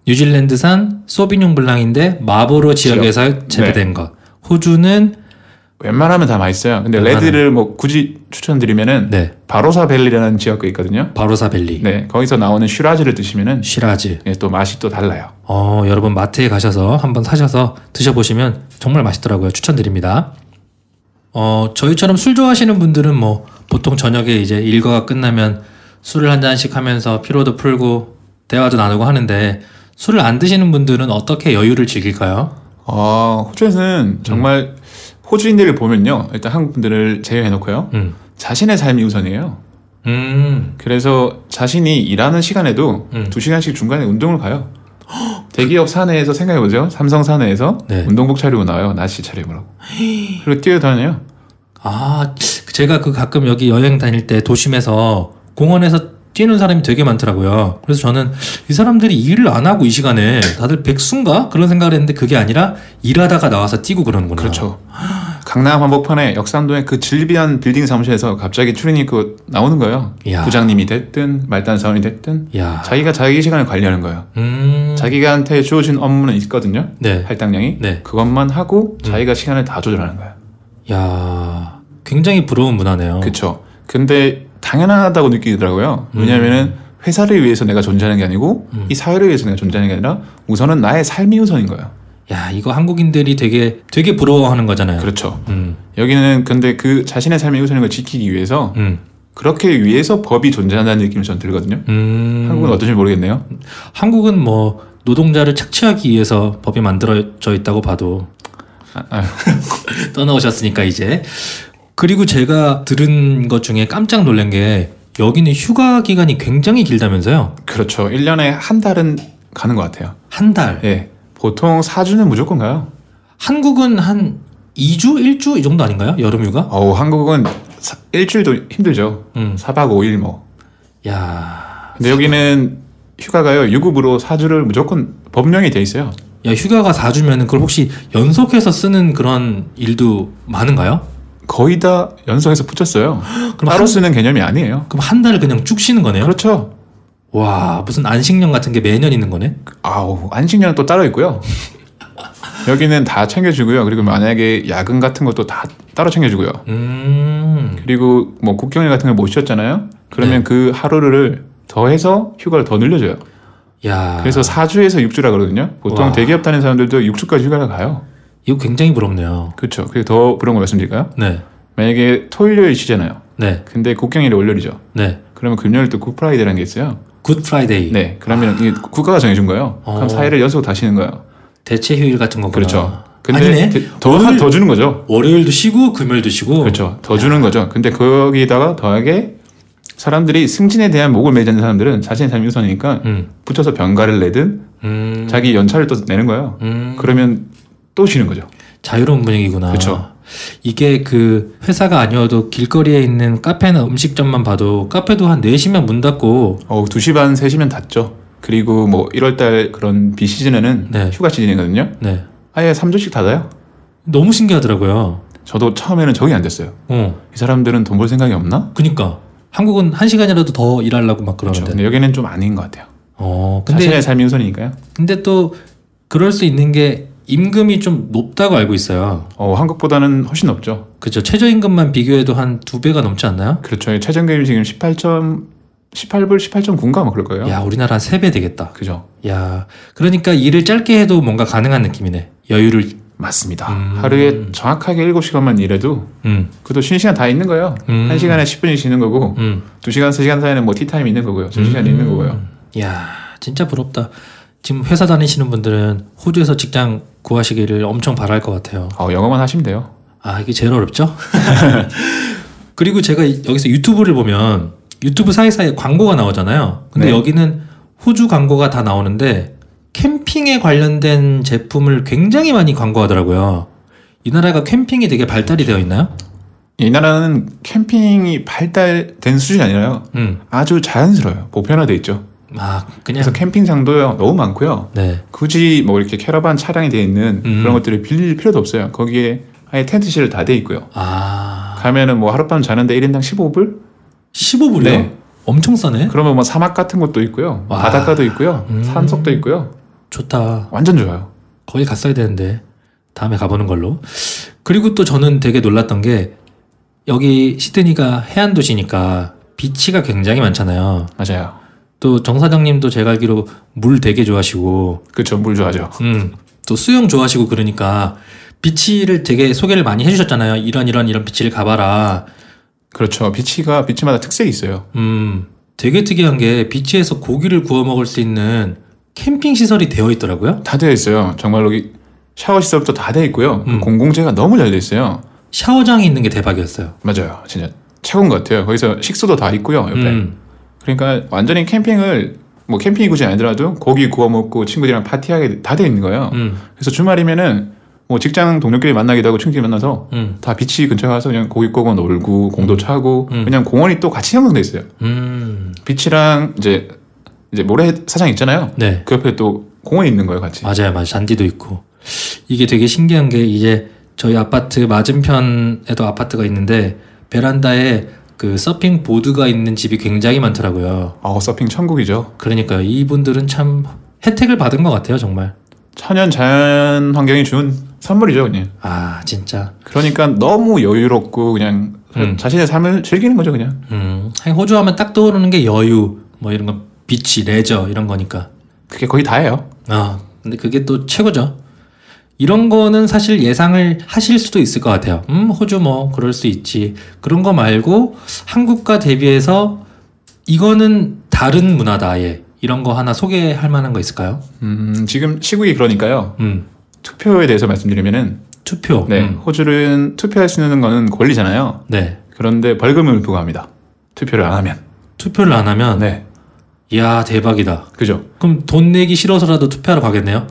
Speaker 2: 뉴질랜드산 소비뇽 블랑인데 마보로 지역에서 네. 재배된 것. 호주는
Speaker 3: 웬만하면 다 맛있어요. 근데
Speaker 2: 웬만하면.
Speaker 3: 레드를 뭐 굳이 추천드리면은
Speaker 2: 네.
Speaker 3: 바로사벨리라는 지역이 있거든요.
Speaker 2: 바로사벨리,
Speaker 3: 네, 거기서 나오는 슈라즈를 드시면은
Speaker 2: 시라즈.
Speaker 3: 예, 또 맛이 또 달라요.
Speaker 2: 어, 여러분 마트에 가셔서 한번 사셔서 드셔 보시면 정말 맛있더라고요. 추천드립니다. 어, 저희처럼 술 좋아하시는 분들은 뭐 보통 저녁에 이제 일과가 끝나면 술을 한 잔씩 하면서 피로도 풀고 대화도 나누고 하는데 술을 안 드시는 분들은 어떻게 여유를 즐길까요?
Speaker 3: 어, 호주에서는
Speaker 2: 네.
Speaker 3: 정말 호주인들을 보면요. 일단 한국 분들을 제외해놓고요.
Speaker 2: 음.
Speaker 3: 자신의 삶이 우선이에요.
Speaker 2: 음.
Speaker 3: 그래서 자신이 일하는 시간에도
Speaker 2: 음.
Speaker 3: 두시간씩 중간에 운동을 가요. 대기업 사내에서 생각해보세요. 삼성 사내에서
Speaker 2: 네.
Speaker 3: 운동복 차리고 나와요. 날씨 차림으로. 그리고 뛰어다녀요.
Speaker 2: 아, 제가 그 가끔 여기 여행 다닐 때 도심에서 공원에서 뛰는 사람이 되게 많더라고요. 그래서 저는 이 사람들이 일을 안 하고 이 시간에 다들 백수인가? 그런 생각을 했는데 그게 아니라 일하다가 나와서 뛰고 그러는구나.
Speaker 3: 그렇죠.
Speaker 2: 아.
Speaker 3: 강남 한복판에 역삼동의 그 질비한 빌딩 사무실에서 갑자기 출입 입고 나오는 거예요.
Speaker 2: 이야.
Speaker 3: 부장님이 됐든 말단 사원이 됐든
Speaker 2: 야.
Speaker 3: 자기가 자기 시간을 관리하는 거예요.
Speaker 2: 음.
Speaker 3: 자기한테 주어진 업무는 있거든요.
Speaker 2: 네.
Speaker 3: 할당량이
Speaker 2: 네.
Speaker 3: 그것만 하고 자기가 시간을 다 조절하는 거예요.
Speaker 2: 야. 굉장히 부러운 문화네요.
Speaker 3: 그렇죠. 근데 당연하다고 느끼더라고요.
Speaker 2: 음.
Speaker 3: 왜냐하면은 회사를 위해서 내가 존재하는 게 아니고 이 사회를 위해서 내가 존재하는 게 아니라 우선은 나의 삶이 우선인 거예요.
Speaker 2: 야, 이거 한국인들이 되게 되게 부러워하는 거잖아요.
Speaker 3: 그렇죠.
Speaker 2: 음.
Speaker 3: 여기는 근데 그 자신의 삶이 우선인 걸 지키기 위해서
Speaker 2: 음.
Speaker 3: 그렇게 위해서 법이 존재한다는 느낌이 전 들거든요.
Speaker 2: 음.
Speaker 3: 한국은 어떤지 모르겠네요.
Speaker 2: 한국은 뭐 노동자를 착취하기 위해서 법이 만들어져 있다고 봐도
Speaker 3: 아, 아유.
Speaker 2: 떠나오셨으니까 이제 그리고 제가 들은 것 중에 깜짝 놀란 게 여기는 휴가 기간이 굉장히 길다면서요
Speaker 3: 그렇죠. 1년에 한 달은 가는 것 같아요.
Speaker 2: 한 달
Speaker 3: 예. 보통 4주는 무조건 가요.
Speaker 2: 한국은 한 2주 1주 이 정도 아닌가요 여름 휴가
Speaker 3: 어우, 한국은 사- 일주일도 힘들죠.
Speaker 2: 음.
Speaker 3: 4박 5일 뭐.
Speaker 2: 야
Speaker 3: 근데 여기는 휴가가요. 유급으로 4주를 무조건 법령이 돼 있어요.
Speaker 2: 야, 휴가가 4주면은 그걸 혹시 연속해서 쓰는 그런 일도 많은가요?
Speaker 3: 거의 다 연속해서 붙였어요.
Speaker 2: 그럼
Speaker 3: 따로
Speaker 2: 한-
Speaker 3: 쓰는 개념이 아니에요.
Speaker 2: 그럼 한 달을 그냥 쭉 쉬는 거네요?
Speaker 3: 그렇죠.
Speaker 2: 와, 무슨 안식년 같은 게 매년 있는 거네?
Speaker 3: 아우 안식년은 또 따로 있고요. 여기는 다 챙겨주고요. 그리고 만약에 야근 같은 것도 다 따로 챙겨주고요.
Speaker 2: 음.
Speaker 3: 그리고 뭐 국경일 같은 걸 못 쉬었잖아요. 그러면
Speaker 2: 네.
Speaker 3: 그 하루를 더해서 휴가를 더 늘려줘요.
Speaker 2: 야.
Speaker 3: 그래서 4주에서 6주라 그러거든요. 보통
Speaker 2: 아. 와.
Speaker 3: 대기업 다니는 사람들도 6주까지 휴가를 가요.
Speaker 2: 이거 굉장히 부럽네요.
Speaker 3: 그렇죠. 그게 더 그런 거 말씀드릴까요?
Speaker 2: 네.
Speaker 3: 만약에 토일요일 쉬잖아요.
Speaker 2: 네.
Speaker 3: 근데 국경일이 월요일이죠.
Speaker 2: 네.
Speaker 3: 그러면 금요일 또 굿프라이데이라는 게 있어요.
Speaker 2: 굿 프라이데이.
Speaker 3: 네. 그러면 이게 국가가 정해준 거예요.
Speaker 2: 어.
Speaker 3: 그럼 4일을 연속 다 쉬는 거예요.
Speaker 2: 대체 휴일 같은 거구나.
Speaker 3: 그렇죠.
Speaker 2: 아니네.
Speaker 3: 근데 대- 더,
Speaker 2: 월요일-
Speaker 3: 더 주는 거죠.
Speaker 2: 월요일도 쉬고 금요일도 쉬고.
Speaker 3: 그렇죠. 더 주는 거죠. 근데 거기다가 더하게 사람들이 승진에 대한 목을 매는 사람들은 자신의 삶이 우선이니까
Speaker 2: 음.
Speaker 3: 붙여서 병가를 내든
Speaker 2: 음.
Speaker 3: 자기 연차를 또 내는 거예요.
Speaker 2: 음.
Speaker 3: 그러면 또 쉬는 거죠.
Speaker 2: 자유로운 분위기구나.
Speaker 3: 그쵸.
Speaker 2: 이게 그 회사가 아니어도 길거리에 있는 카페나 음식점만 봐도 카페도 한 4시면 문 닫고
Speaker 3: 어, 2시 반, 3시면 닫죠. 그리고 뭐 1월 달 그런 비시즌에는
Speaker 2: 네.
Speaker 3: 휴가 시즌이거든요.
Speaker 2: 네.
Speaker 3: 아예 3주씩 닫아요.
Speaker 2: 너무 신기하더라고요.
Speaker 3: 저도 처음에는 적이 안 됐어요.
Speaker 2: 어.
Speaker 3: 이 사람들은 돈 벌 생각이 없나?
Speaker 2: 그니까 한국은 한시간이라도더 일하려고 막
Speaker 3: 그렇죠.
Speaker 2: 그러는데.
Speaker 3: 근데 여기는 좀 아닌 것 같아요.
Speaker 2: 어. 근데
Speaker 3: 자신의 삶이 우선이니까요.
Speaker 2: 근데 또 그럴 수 있는 게 임금이 좀 높다고 알고 있어요.
Speaker 3: 어, 한국보다는 훨씬 높죠.
Speaker 2: 그렇죠. 최저임금만 비교해도 한 두 배가 넘지 않나요?
Speaker 3: 그렇죠. 최저임금이 지금 18. 18불, 18.9인가 뭐 그럴 거예요.
Speaker 2: 야, 우리나라 세 배 되겠다.
Speaker 3: 그죠.
Speaker 2: 야, 그러니까 일을 짧게 해도 뭔가 가능한 느낌이네. 여유를,
Speaker 3: 맞습니다.
Speaker 2: 음.
Speaker 3: 하루에 정확하게 7시간만 일해도
Speaker 2: 음,
Speaker 3: 그것도 쉬는 시간 다 있는 거예요.
Speaker 2: 음.
Speaker 3: 1시간에 10분이 쉬는 거고
Speaker 2: 음.
Speaker 3: 2시간, 3시간 사이에는 뭐 티타임이 있는 거고요. 점심시간이 있는 거고요.
Speaker 2: 야, 진짜 부럽다. 지금 회사 다니시는 분들은 호주에서 직장 구하시기를 엄청 바랄 것 같아요.
Speaker 3: 어, 영어만 하시면 돼요.
Speaker 2: 아, 이게 제일 어렵죠? 그리고 제가 이- 여기서 유튜브를 보면 유튜브 사이사이에 광고가 나오잖아요. 근데
Speaker 3: 네.
Speaker 2: 여기는 호주 광고가 다 나오는데 캠핑에 관련된 제품을 굉장히 많이 광고하더라고요. 이 나라가 캠핑이 되게 발달이 되어 있나요?
Speaker 3: 이 나라는 캠핑이 발달된 수준이 아니라요.
Speaker 2: 음.
Speaker 3: 아주 자연스러워요. 보편화돼 있죠.
Speaker 2: 아, 그냥
Speaker 3: 그래서 캠핑장도 너무 많고요.
Speaker 2: 네.
Speaker 3: 굳이 뭐 이렇게 캐러반 차량이 돼 있는
Speaker 2: 음.
Speaker 3: 그런 것들을 빌릴 필요도 없어요. 거기에 아예 텐트실을 다 돼 있고요.
Speaker 2: 아,
Speaker 3: 가면은 뭐 하룻밤 자는데 1인당 15불?
Speaker 2: 15불이요?
Speaker 3: 네.
Speaker 2: 엄청 싸네.
Speaker 3: 그러면 뭐 사막 같은 것도 있고요. 뭐
Speaker 2: 와.
Speaker 3: 바닷가도 있고요.
Speaker 2: 음.
Speaker 3: 산속도 있고요.
Speaker 2: 좋다.
Speaker 3: 완전 좋아요.
Speaker 2: 거기 갔어야 되는데 다음에 가보는 걸로. 그리고 또 저는 되게 놀랐던 게 여기 시드니가 해안 도시니까 비치가 굉장히 많잖아요.
Speaker 3: 맞아요.
Speaker 2: 또 정 사장님도 제가 알기로 물 되게 좋아하시고,
Speaker 3: 그쵸. 물 좋아하죠.
Speaker 2: 음, 또 수영 좋아하시고 그러니까 비치를 되게 소개를 많이 해주셨잖아요. 이런 이런 이런 비치를 가봐라.
Speaker 3: 그렇죠. 비치가 비치마다 특색이 있어요.
Speaker 2: 음, 되게 특이한 게 비치에서 고기를 구워 먹을 수 있는 캠핑 시설이 되어 있더라고요.
Speaker 3: 다 되어 있어요. 정말로 이 샤워 시설부터 다 되어 있고요. 그
Speaker 2: 음.
Speaker 3: 공공재가 너무 잘 되어 있어요.
Speaker 2: 샤워장이 있는 게 대박이었어요.
Speaker 3: 맞아요. 진짜 최고인 것 같아요. 거기서 식수도 다 있고요. 옆에.
Speaker 2: 음,
Speaker 3: 그러니까 완전히 캠핑을 뭐 캠핑이 굳이 아니더라도 고기 구워 먹고 친구들이랑 파티하게 다 돼 있는 거예요.
Speaker 2: 음,
Speaker 3: 그래서 주말이면은 뭐 직장 동료끼리 만나기도 하고 친구끼리 만나서
Speaker 2: 음,
Speaker 3: 다 비치 근처에 가서 그냥 고기 구워 놀고 공도 차고
Speaker 2: 음.
Speaker 3: 그냥 공원이 또 같이 형성돼 있어요.
Speaker 2: 음. 사랑
Speaker 3: 비치랑 이제 이제 모래 사장 있잖아요.
Speaker 2: 네.
Speaker 3: 그 옆에 또 공원이 있는 거예요, 같이.
Speaker 2: 맞아요, 맞아요. 잔디도 있고. 이게 되게 신기한 게 이제 저희 아파트 맞은편에도 아파트가 있는데 베란다에 그 서핑 보드가 있는 집이 굉장히 많더라고요.
Speaker 3: 어, 서핑 천국이죠.
Speaker 2: 그러니까요. 이분들은 참 혜택을 받은 것 같아요, 정말.
Speaker 3: 천연 자연 환경이 준 선물이죠, 그냥.
Speaker 2: 아, 진짜.
Speaker 3: 그러니까 너무 여유롭고 그냥
Speaker 2: 음.
Speaker 3: 자신의 삶을 즐기는 거죠, 그냥.
Speaker 2: 음, 하긴 호주 하면 딱 떠오르는 게 여유, 뭐 이런 거, 비치, 레저 이런 거니까.
Speaker 3: 그게 거의 다예요.
Speaker 2: 아, 근데 그게 또 최고죠. 이런 거는 사실 예상을 하실 수도 있을 것 같아요. 음, 호주 뭐, 그럴 수 있지. 그런 거 말고, 한국과 대비해서, 이거는 다른 문화다, 예. 이런 거 하나 소개할 만한 거 있을까요?
Speaker 3: 음, 지금 시국이 그러니까요.
Speaker 2: 음,
Speaker 3: 투표에 대해서 말씀드리면은
Speaker 2: 투표.
Speaker 3: 네,
Speaker 2: 음,
Speaker 3: 호주는 투표할 수 있는 거는 권리잖아요.
Speaker 2: 네.
Speaker 3: 그런데 벌금을 부과합니다. 투표를 안 하면.
Speaker 2: 투표를 안 하면,
Speaker 3: 네.
Speaker 2: 이야, 대박이다.
Speaker 3: 그죠.
Speaker 2: 그럼 돈 내기 싫어서라도 투표하러 가겠네요?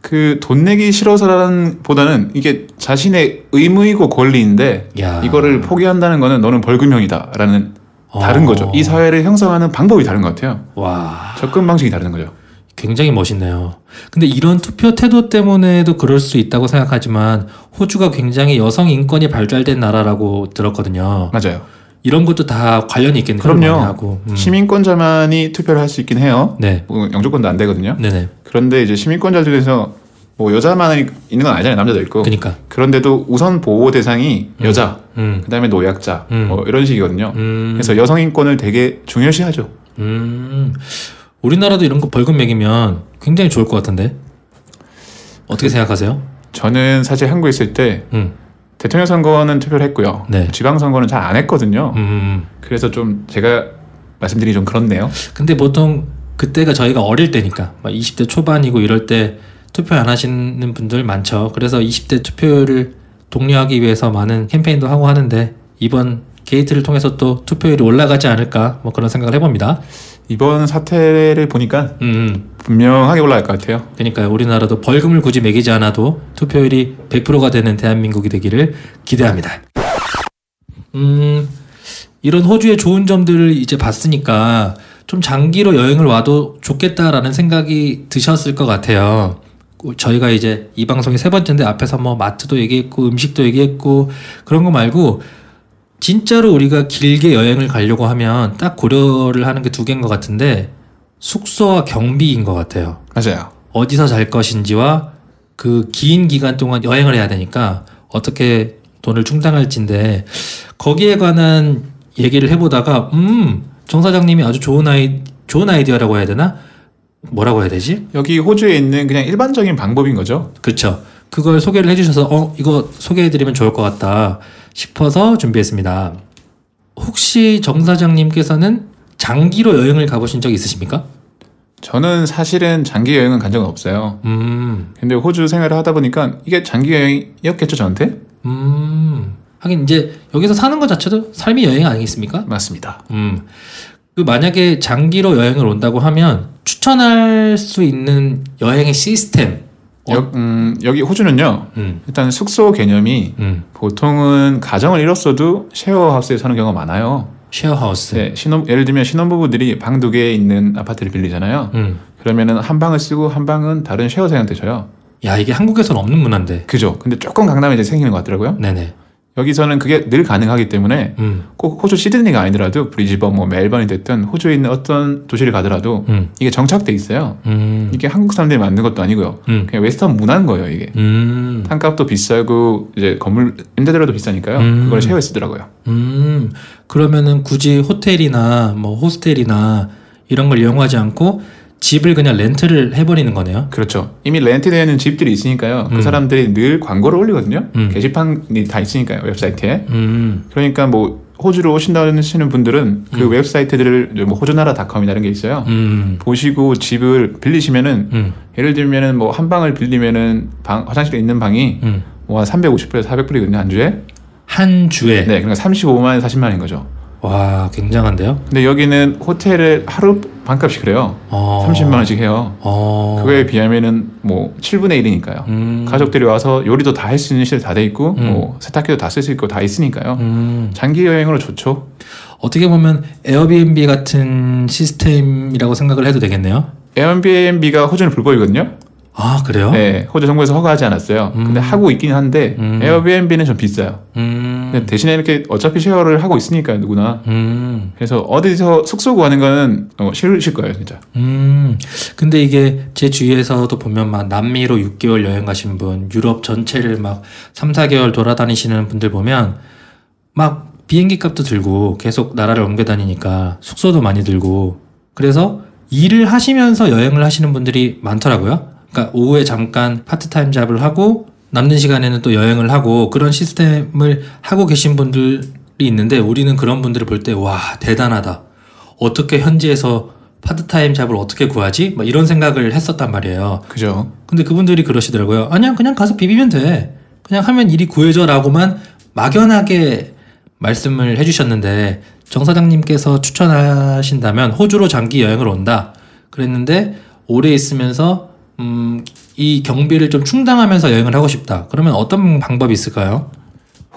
Speaker 3: 그 돈 내기 싫어서라는 보다는 이게 자신의 의무이고 권리인데
Speaker 2: 이야.
Speaker 3: 이거를 포기한다는 거는 너는 벌금형이다라는
Speaker 2: 아. 어.
Speaker 3: 다른 거죠. 이 사회를 형성하는 방법이 다른 것 같아요.
Speaker 2: 와,
Speaker 3: 접근 방식이 다른 거죠.
Speaker 2: 굉장히 멋있네요. 근데 이런 투표 태도 때문에도 그럴 수 있다고 생각하지만 호주가 굉장히 여성 인권이 발달된 나라라고 들었거든요.
Speaker 3: 맞아요.
Speaker 2: 이런 것도 다 관련이 있겠네요.
Speaker 3: 그럼요.
Speaker 2: 많이 하고. 음.
Speaker 3: 시민권자만이 투표를 할 수 있긴 해요.
Speaker 2: 네.
Speaker 3: 뭐 영주권도 안 되거든요.
Speaker 2: 네네.
Speaker 3: 그런데 이제 시민권자 중에서 뭐 여자만 있는 건 아니잖아요. 남자도 있고.
Speaker 2: 그니까.
Speaker 3: 그런데도 우선 보호 대상이 여자,
Speaker 2: 그러니까. 음.
Speaker 3: 그다음에 노약자,
Speaker 2: 음.
Speaker 3: 뭐 이런 식이거든요.
Speaker 2: 음.
Speaker 3: 그래서 여성 인권을 되게 중요시하죠.
Speaker 2: 음. 우리나라도 이런 거 벌금 매기면 굉장히 좋을 것 같은데. 어떻게 생각하세요?
Speaker 3: 저는 사실 한국에 있을 때
Speaker 2: 음.
Speaker 3: 대통령 선거는 투표를 했고요.
Speaker 2: 네.
Speaker 3: 지방 선거는 잘 안 했거든요.
Speaker 2: 음, 음.
Speaker 3: 그래서 좀 제가 말씀드리기 좀 그렇네요.
Speaker 2: 근데 보통 그때가 저희가 어릴 때니까 막 20대 초반이고 이럴 때 투표 안 하시는 분들 많죠. 그래서 20대 투표율을 독려하기 위해서 많은 캠페인도 하고 하는데 이번 게이트를 통해서 또 투표율이 올라가지 않을까 뭐 그런 생각을 해봅니다.
Speaker 3: 이번 사태를 보니까
Speaker 2: 음, 음.
Speaker 3: 분명하게 올라갈 것 같아요.
Speaker 2: 그러니까 우리나라도 벌금을 굳이 매기지 않아도 투표율이 100%가 되는 대한민국이 되기를 기대합니다. 음, 이런 호주의 좋은 점들을 이제 봤으니까 좀 장기로 여행을 와도 좋겠다라는 생각이 드셨을 것 같아요. 고- 저희가 이제 이 방송이 세 번째인데 앞에서 뭐 마트도 얘기했고 음식도 얘기했고 그런 거 말고 진짜로 우리가 길게 여행을 가려고 하면 딱 고려를 하는 게 두 개인 것 같은데 숙소와 경비인 것 같아요.
Speaker 3: 맞아요.
Speaker 2: 어디서 잘 것인지와 그 긴 기간 동안 여행을 해야 되니까 어떻게 돈을 충당할지인데 거기에 관한 얘기를 해보다가 음 정 사장님이 아주 좋은 아이 좋은 아이디어라고 해야 되나 뭐라고 해야 되지
Speaker 3: 여기 호주에 있는 그냥 일반적인 방법인 거죠.
Speaker 2: 그렇죠 그걸 소개를 해주셔서 어 이거 소개해드리면 좋을 것 같다 싶어서 준비했습니다 혹시 정 사장님께서는 장기로 여행을 가보신 적 있으십니까?
Speaker 3: 저는 사실은 장기 여행은 간 적은 없어요.
Speaker 2: 음,
Speaker 3: 근데 호주 생활을 하다 보니까 이게 장기 여행이었겠죠 저한테?
Speaker 2: 음, 하긴 이제 여기서 사는 것 자체도 삶이 여행 아니겠습니까?
Speaker 3: 맞습니다.
Speaker 2: 음. 그 만약에 장기로 여행을 온다고 하면 추천할 수 있는 여행의 시스템. 어?
Speaker 3: 여, 음, 여기 호주는요.
Speaker 2: 음.
Speaker 3: 일단 숙소 개념이
Speaker 2: 음.
Speaker 3: 보통은 가정을 잃었어도 쉐어하우스에 사는 경우가 많아요.
Speaker 2: 쉐어하우스.
Speaker 3: 네, 신혼, 예를 들면 신혼부부들이 방 두 개 있는 아파트를 빌리잖아요.
Speaker 2: 음.
Speaker 3: 그러면은 한 방을 쓰고 한 방은 다른 쉐어생한테 줘요.
Speaker 2: 야, 이게 한국에서는 없는 문화인데.
Speaker 3: 그죠? 근데 조금 강남에 이제 생기는 것 같더라고요.
Speaker 2: 네네.
Speaker 3: 여기서는 그게 늘 가능하기 때문에
Speaker 2: 음.
Speaker 3: 꼭 호주 시드니가 아니더라도 브리즈번, 뭐 멜번이 됐든 호주에 있는 어떤 도시를 가더라도
Speaker 2: 음.
Speaker 3: 이게 정착돼 있어요.
Speaker 2: 음.
Speaker 3: 이게 한국 사람들이 만든 것도 아니고요.
Speaker 2: 음.
Speaker 3: 그냥 웨스턴 문화인 거예요, 이게.
Speaker 2: 음.
Speaker 3: 땅값도 비싸고 이제 건물 임대료도 비싸니까요.
Speaker 2: 음.
Speaker 3: 그걸 쉐어에 쓰더라고요.
Speaker 2: 음. 그러면은 굳이 호텔이나 뭐 호스텔이나 이런 걸 이용하지 않고 집을 그냥 렌트를 해 버리는 거네요.
Speaker 3: 그렇죠. 이미 렌트되어 있는 집들이 있으니까요. 그
Speaker 2: 음.
Speaker 3: 사람들이 늘 광고를 올리거든요.
Speaker 2: 음.
Speaker 3: 게시판이 다 있으니까요. 웹사이트에.
Speaker 2: 음.
Speaker 3: 그러니까 뭐 호주로 오신다는 하시는 분들은 그
Speaker 2: 음.
Speaker 3: 웹사이트들을 이제 뭐 호주나라닷컴이나 이런 게 있어요.
Speaker 2: 음.
Speaker 3: 보시고 집을 빌리시면은
Speaker 2: 음.
Speaker 3: 예를 들면은 뭐 한 방을 빌리면은 방 화장실에 있는 방이
Speaker 2: 음.
Speaker 3: 뭐한 350불에서 400불이거든요 한 주에.
Speaker 2: 한 주에
Speaker 3: 네. 그러니까 35만 원, 40만 원인 거죠.
Speaker 2: 와, 굉장한데요?
Speaker 3: 근데 여기는 호텔에 하루 방값이 그래요.
Speaker 2: 어.
Speaker 3: 30만 원씩 해요.
Speaker 2: 어.
Speaker 3: 그거에 비하면은 뭐 7분의 1이니까요.
Speaker 2: 음.
Speaker 3: 가족들이 와서 요리도 다 할 수 있는 실 다 돼 있고
Speaker 2: 음.
Speaker 3: 뭐 세탁기도 다 쓸 수 있고 다 있으니까요.
Speaker 2: 음.
Speaker 3: 장기 여행으로 좋죠.
Speaker 2: 어떻게 보면 에어비앤비 같은 시스템이라고 생각을 해도 되겠네요.
Speaker 3: 에어비앤비가 호주는 불법이거든요.
Speaker 2: 아 그래요?
Speaker 3: 네, 호주 정부에서 허가하지 않았어요.
Speaker 2: 음.
Speaker 3: 근데 하고 있긴 한데
Speaker 2: 음.
Speaker 3: 에어비앤비는 좀 비싸요.
Speaker 2: 음.
Speaker 3: 근데 대신에 이렇게 어차피 쉐어를 하고 있으니까요, 누구나.
Speaker 2: 음.
Speaker 3: 그래서 어디서 숙소 구하는 거는 어, 싫으실 거예요, 진짜.
Speaker 2: 음. 근데 이게 제 주위에서도 보면 막 남미로 6개월 여행 가신 분, 유럽 전체를 막 3, 4개월 돌아다니시는 분들 보면 막 비행기 값도 들고 계속 나라를 옮겨 다니니까 숙소도 많이 들고 그래서 일을 하시면서 여행을 하시는 분들이 많더라고요. 그러니까 오후에 잠깐 파트타임 잡을 하고 남는 시간에는 또 여행을 하고 그런 시스템을 하고 계신 분들이 있는데 우리는 그런 분들을 볼 때 와 대단하다. 어떻게 현지에서 파트타임 잡을 어떻게 구하지? 막 이런 생각을 했었단 말이에요.
Speaker 3: 그죠.
Speaker 2: 근데 그분들이 그러시더라고요. 아니야, 그냥 가서 비비면 돼. 그냥 하면 일이 구해져라고만 막연하게 말씀을 해주셨는데 정 사장님께서 추천하신다면 호주로 장기 여행을 온다. 그랬는데 오래 있으면서 음, 이 경비를 좀 충당하면서 여행을 하고 싶다. 그러면 어떤 방법이 있을까요?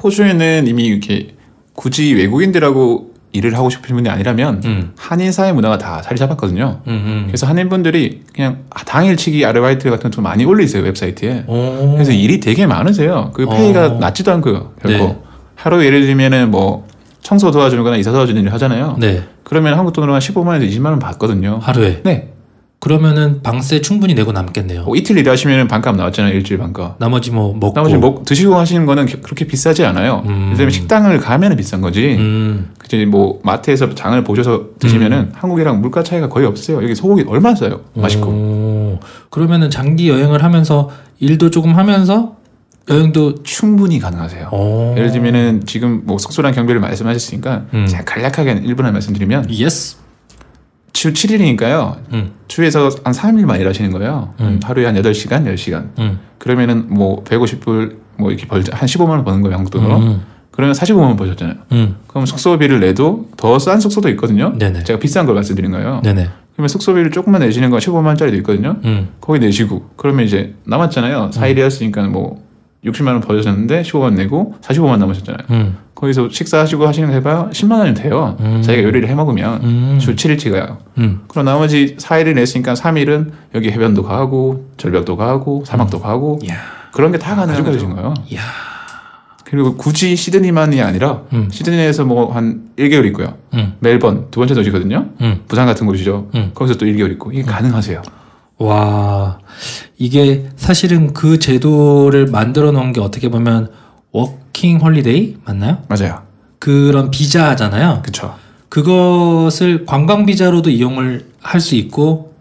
Speaker 3: 호주에는 이미 이렇게 굳이 외국인들하고 일을 하고 싶으신 분이 아니라면
Speaker 2: 음,
Speaker 3: 한인사의 문화가 다 자리 잡았거든요.
Speaker 2: 음, 음.
Speaker 3: 그래서 한인분들이 그냥 아, 당일치기 아르바이트 같은 거 좀 많이 올리세요 웹사이트에.
Speaker 2: 오.
Speaker 3: 그래서 일이 되게 많으세요. 그 페이가
Speaker 2: 어.
Speaker 3: 낮지도 않고요. 결코
Speaker 2: 네.
Speaker 3: 하루 예를 들면은 뭐 청소 도와주는거나 이사 도와주는 일 하잖아요.
Speaker 2: 네 아,
Speaker 3: 그러면 한국 돈으로 한 15만 원에서 20만 원 받거든요.
Speaker 2: 하루에
Speaker 3: 네.
Speaker 2: 그러면은 방세 충분히 내고 남겠네요.
Speaker 3: 뭐 이틀 일하시면 반값 나왔잖아요. 일주일 반값.
Speaker 2: 나머지 뭐 먹고
Speaker 3: 나머지 먹 드시고 하시는 거는 겨- 그렇게 비싸지 않아요.
Speaker 2: 음.
Speaker 3: 예를 들면 식당을 가면 비싼 거지.
Speaker 2: 음,
Speaker 3: 그치 뭐 마트에서 장을 보셔서 드시면은 한국이랑 물가 차이가 거의 없어요. 여기 소고기 얼마나 싸요? 음,
Speaker 2: 음.
Speaker 3: 맛있고.
Speaker 2: 오. 그러면은 장기 여행을 하면서 일도 조금 하면서 여행도
Speaker 3: 충분히 가능하세요.
Speaker 2: 오.
Speaker 3: 예를 들면은 지금 뭐 속소랑 경비를 말씀하셨으니까
Speaker 2: 음.
Speaker 3: 제가 간략하게 1분 안에 말씀드리면
Speaker 2: 예스
Speaker 3: 주 7일이니까요.
Speaker 2: 음,
Speaker 3: 주에서 한 3일만 일하시는 거예요.
Speaker 2: 음.
Speaker 3: 하루에 한 8시간, 10시간.
Speaker 2: 음, 그러면은
Speaker 3: 그러면은 뭐 150불 뭐 이렇게 벌, 한 15만 원 버는 거예요, 한국 돈으로.
Speaker 2: 음,
Speaker 3: 그러면 45만 원 버셨잖아요.
Speaker 2: 음,
Speaker 3: 그럼 숙소비를 내도 더 싼 숙소도 있거든요.
Speaker 2: 네네
Speaker 3: 제가 비싼 걸 말씀드린 거예요.
Speaker 2: 네네
Speaker 3: 그러면 숙소비를 조금만 내시는 건 15만 원짜리도 있거든요.
Speaker 2: 음,
Speaker 3: 거기 내시고 그러면 이제 남았잖아요. 4일이었으니까 뭐 60만 원 버셨는데 15만 원 내고 45만 원 남으셨잖아요.
Speaker 2: 음,
Speaker 3: 거기서 식사하시고 하시는 거 해봐요. 10만 원이 돼요.
Speaker 2: 음.
Speaker 3: 자기가 요리를 해 먹으면
Speaker 2: 음,
Speaker 3: 주 7일치가요.
Speaker 2: 음,
Speaker 3: 그럼 나머지 4일을 냈으니까 3일은 여기 해변도 가고 절벽도 가고
Speaker 2: 음.
Speaker 3: 사막도 가고
Speaker 2: 야,
Speaker 3: 그런 게 다 가능한
Speaker 2: 가져가죠.
Speaker 3: 거죠. 거예요.
Speaker 2: 이야.
Speaker 3: 그리고 굳이 시드니만이 아니라
Speaker 2: 음,
Speaker 3: 시드니에서 뭐 한 1개월 있고요.
Speaker 2: 음,
Speaker 3: 멜번 두 번째 도시거든요.
Speaker 2: 음.
Speaker 3: 부산 같은 곳이죠.
Speaker 2: 음.
Speaker 3: 거기서 또 1개월 있고 이게 가능하세요.
Speaker 2: 와, 이게 사실은 그 제도를 만들어 놓은 게 어떻게 보면 워킹 홀리데이 맞나요?
Speaker 3: 맞아요.
Speaker 2: 그런 비자잖아요.
Speaker 3: 그렇죠.
Speaker 2: 그것을 관광 비자로도 이용을 할 수 있고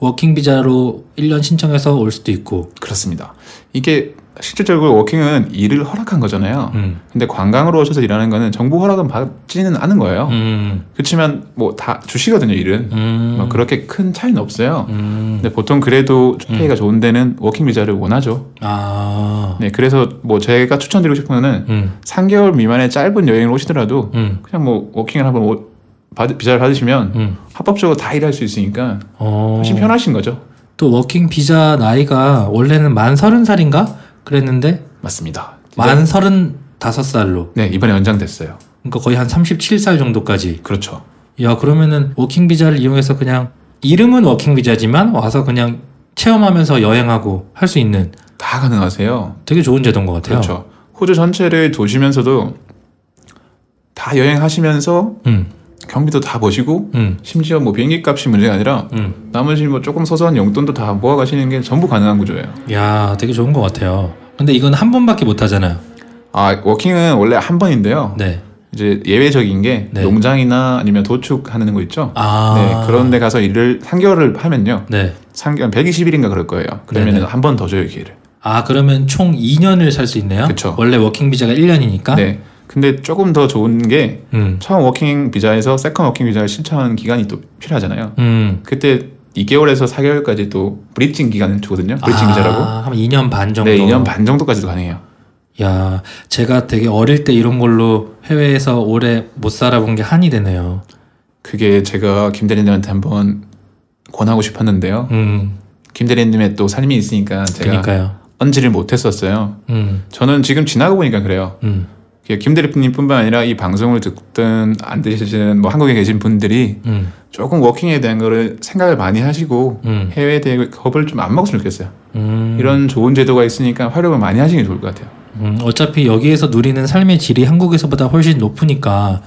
Speaker 2: 워킹 비자로 1년 신청해서 올 수도 있고.
Speaker 3: 그렇습니다. 이게 실질적으로 워킹은 일을 허락한 거잖아요.
Speaker 2: 음.
Speaker 3: 근데 관광으로 오셔서 일하는 거는 정부 허락은 받지는 않은 거예요.
Speaker 2: 음.
Speaker 3: 그렇지만 뭐 다 주시거든요, 일은.
Speaker 2: 음.
Speaker 3: 뭐 그렇게 큰 차이는 없어요.
Speaker 2: 음.
Speaker 3: 근데 보통 그래도 페이가 좋은 데는 워킹 비자를 원하죠.
Speaker 2: 아.
Speaker 3: 네, 그래서 뭐 제가 추천드리고 싶은 거는
Speaker 2: 음.
Speaker 3: 3개월 미만의 짧은 여행을 오시더라도
Speaker 2: 음.
Speaker 3: 그냥 뭐 워킹을 한번 오- 받- 비자를 받으시면
Speaker 2: 음.
Speaker 3: 합법적으로 다 일할 수 있으니까
Speaker 2: 어.
Speaker 3: 훨씬 편하신 거죠.
Speaker 2: 또 워킹 비자 나이가 원래는 만 서른 살인가 그랬는데
Speaker 3: 네. 맞습니다.
Speaker 2: 만 서른 다섯 살로.
Speaker 3: 네, 이번에 연장됐어요.
Speaker 2: 그러니까 거의 한 37살 정도까지.
Speaker 3: 그렇죠.
Speaker 2: 야, 그러면은 워킹 비자를 이용해서 그냥 이름은 워킹 비자지만 와서 그냥 체험하면서 여행하고 할 수 있는
Speaker 3: 다 가능하세요.
Speaker 2: 되게 좋은 제도인 것 같아요.
Speaker 3: 그렇죠. 호주 전체를 도시면서도 다 여행하시면서
Speaker 2: 음,
Speaker 3: 경비도 다 보시고
Speaker 2: 음,
Speaker 3: 심지어 뭐 비행기 값이 문제가 아니라
Speaker 2: 음.
Speaker 3: 나머지 뭐 조금 소소한 용돈도 다 모아가시는 게 전부 가능한 구조예요.
Speaker 2: 야, 되게 좋은 것 같아요. 근데 이건 한 번밖에 못 하잖아요.
Speaker 3: 아 워킹은 원래 한 번인데요.
Speaker 2: 네.
Speaker 3: 이제 예외적인 게
Speaker 2: 네.
Speaker 3: 농장이나 아니면 도축하는 거 있죠.
Speaker 2: 아.
Speaker 3: 네, 그런 데 가서 일을 3개월을 하면요.
Speaker 2: 네.
Speaker 3: 3개월 120일인가 그럴 거예요. 그러면
Speaker 2: 네네.
Speaker 3: 한 번 더 줘요 기회를.
Speaker 2: 아, 그러면 총 2년을 살 수 있네요.
Speaker 3: 그쵸.
Speaker 2: 원래 워킹 비자가 1년이니까.
Speaker 3: 네. 근데 조금 더 좋은 게
Speaker 2: 음.
Speaker 3: 처음 워킹 비자에서 세컨 워킹 비자를 신청하는 기간이 또 필요하잖아요.
Speaker 2: 음.
Speaker 3: 그때 2개월에서 4개월까지 또 브리징 기간을 주거든요. 브리징 비자라고.
Speaker 2: 아, 한 2년 반 정도.
Speaker 3: 네, 2년 반 정도까지도 가능해요.
Speaker 2: 야, 제가 되게 어릴 때 이런 걸로 해외에서 오래 못 살아본 게 한이 되네요.
Speaker 3: 그게 제가 김 대리님한테 한번 권하고 싶었는데요.
Speaker 2: 음.
Speaker 3: 김 대리님의 또 삶이 있으니까 제가
Speaker 2: 그러니까요.
Speaker 3: 언지를 못했었어요.
Speaker 2: 음.
Speaker 3: 저는 지금 지나고 보니까 그래요.
Speaker 2: 음.
Speaker 3: 김 대리님뿐만 아니라 이 방송을 듣든 안 듣시는 뭐 한국에 계신 분들이
Speaker 2: 음.
Speaker 3: 조금 워킹에 대한 거를 생각을 많이 하시고
Speaker 2: 음.
Speaker 3: 해외에 대해 겁을 좀 안 먹었으면 좋겠어요.
Speaker 2: 음.
Speaker 3: 이런 좋은 제도가 있으니까 활용을 많이 하시는 게 좋을 것 같아요.
Speaker 2: 음, 어차피 여기에서 누리는 삶의 질이 한국에서보다 훨씬 높으니까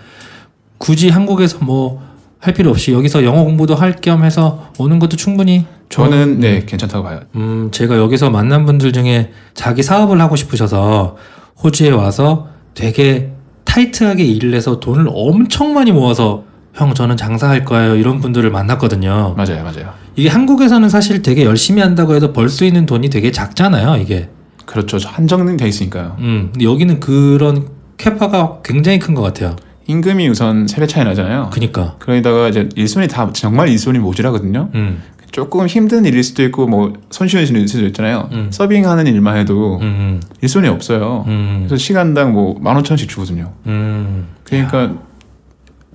Speaker 2: 굳이 한국에서 뭐 할 필요 없이 여기서 영어 공부도 할 겸 해서 오는 것도 충분히 어.
Speaker 3: 저는 네 괜찮다고 봐요.
Speaker 2: 음, 제가 여기서 만난 분들 중에 자기 사업을 하고 싶으셔서 호주에 와서 되게 타이트하게 일을 해서 돈을 엄청 많이 모아서 형 저는 장사할 거예요 이런 분들을 만났거든요.
Speaker 3: 맞아요, 맞아요.
Speaker 2: 이게 한국에서는 사실 되게 열심히 한다고 해도 벌 수 있는 돈이 되게 작잖아요. 이게
Speaker 3: 그렇죠. 한정돼 있으니까요.
Speaker 2: 음, 근데 여기는 그런 캐파가 굉장히 큰 것 같아요.
Speaker 3: 임금이 우선 세배 차이 나잖아요.
Speaker 2: 그니까.
Speaker 3: 어. 그러니다가 이제 일손이 다 정말 일손이 모자라거든요.
Speaker 2: 음,
Speaker 3: 조금 힘든 일일 수도 있고 뭐 손쉬운 일일 수도 있잖아요.
Speaker 2: 음.
Speaker 3: 서빙하는 일만 해도
Speaker 2: 음,
Speaker 3: 일손이 뭐. 없어요.
Speaker 2: 음,
Speaker 3: 그래서 시간당 뭐 만 오천 원씩 주거든요.
Speaker 2: 음.
Speaker 3: 그러니까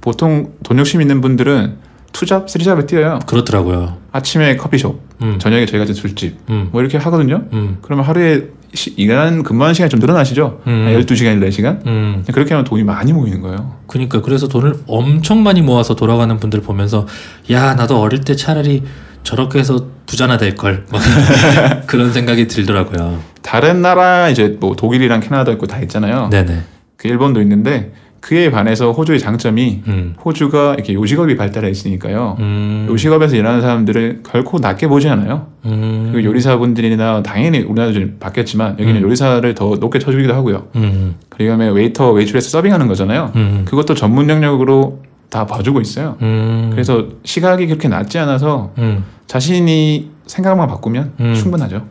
Speaker 3: 보통 돈 욕심 있는 분들은 투잡, 쓰리잡에 뛰어요.
Speaker 2: 그렇더라고요.
Speaker 3: 아침에 커피숍,
Speaker 2: 음,
Speaker 3: 저녁에 저희 같은 술집
Speaker 2: 음,
Speaker 3: 뭐 이렇게 하거든요.
Speaker 2: 음,
Speaker 3: 그러면 하루에 시- 일하는 근무하는 시간이 좀 늘어나시죠?
Speaker 2: 음.
Speaker 3: 한 12시간, 14시간?
Speaker 2: 음,
Speaker 3: 그렇게 하면 돈이 많이 모이는 거예요.
Speaker 2: 그러니까 그래서 돈을 엄청 많이 모아서 돌아가는 분들 보면서 야 나도 어릴 때 차라리 저렇게 해서 부자나 될걸 뭐 그런 생각이 들더라고요.
Speaker 3: 다른 나라 이제 뭐 독일이랑 캐나다 있고 다 있잖아요.
Speaker 2: 네네.
Speaker 3: 그 일본도 있는데 그에 반해서 호주의 장점이
Speaker 2: 음.
Speaker 3: 호주가 이렇게 요식업이 발달해 있으니까요.
Speaker 2: 음.
Speaker 3: 요식업에서 일하는 사람들을 결코 낮게 보지 않아요.
Speaker 2: 음.
Speaker 3: 그리고 요리사분들이나 당연히 우리나라도 좀 바뀌었지만 여기는
Speaker 2: 음.
Speaker 3: 요리사를 더 높게 쳐주기도 하고요.
Speaker 2: 음.
Speaker 3: 그리고 다음에 웨이터, 웨이트레스 서빙하는 거잖아요.
Speaker 2: 음.
Speaker 3: 그것도 전문 영역으로 다 봐주고 있어요.
Speaker 2: 음.
Speaker 3: 그래서 시각이 그렇게 낮지 않아서
Speaker 2: 음.
Speaker 3: 자신이 생각만 바꾸면
Speaker 2: 음.
Speaker 3: 충분하죠.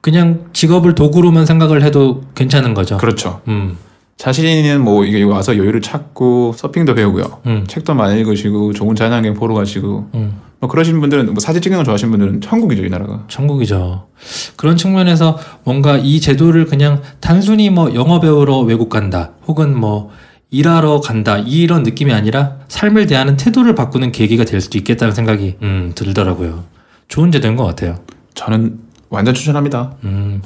Speaker 2: 그냥 직업을 도구로만 생각을 해도 괜찮은 거죠.
Speaker 3: 그렇죠.
Speaker 2: 음.
Speaker 3: 자신은 뭐 이게 와서 여유를 찾고 서핑도 배우고요.
Speaker 2: 음. 책도
Speaker 3: 책도 많이 읽으시고 좋은 자연환경 보러 가시고
Speaker 2: 음.
Speaker 3: 뭐 그러신 분들은 뭐 사진 찍는 거 좋아하시는 분들은 천국이죠 이 나라가.
Speaker 2: 천국이죠. 그런 측면에서 뭔가 이 제도를 그냥 단순히 뭐 영어 배우러 외국 간다, 혹은 뭐 일하러 간다 이런 느낌이 아니라 삶을 대하는 태도를 바꾸는 계기가 될 수도 있겠다는 생각이 음, 들더라고요. 좋은 제도인 것 같아요.
Speaker 3: 저는 완전 추천합니다.
Speaker 2: 음,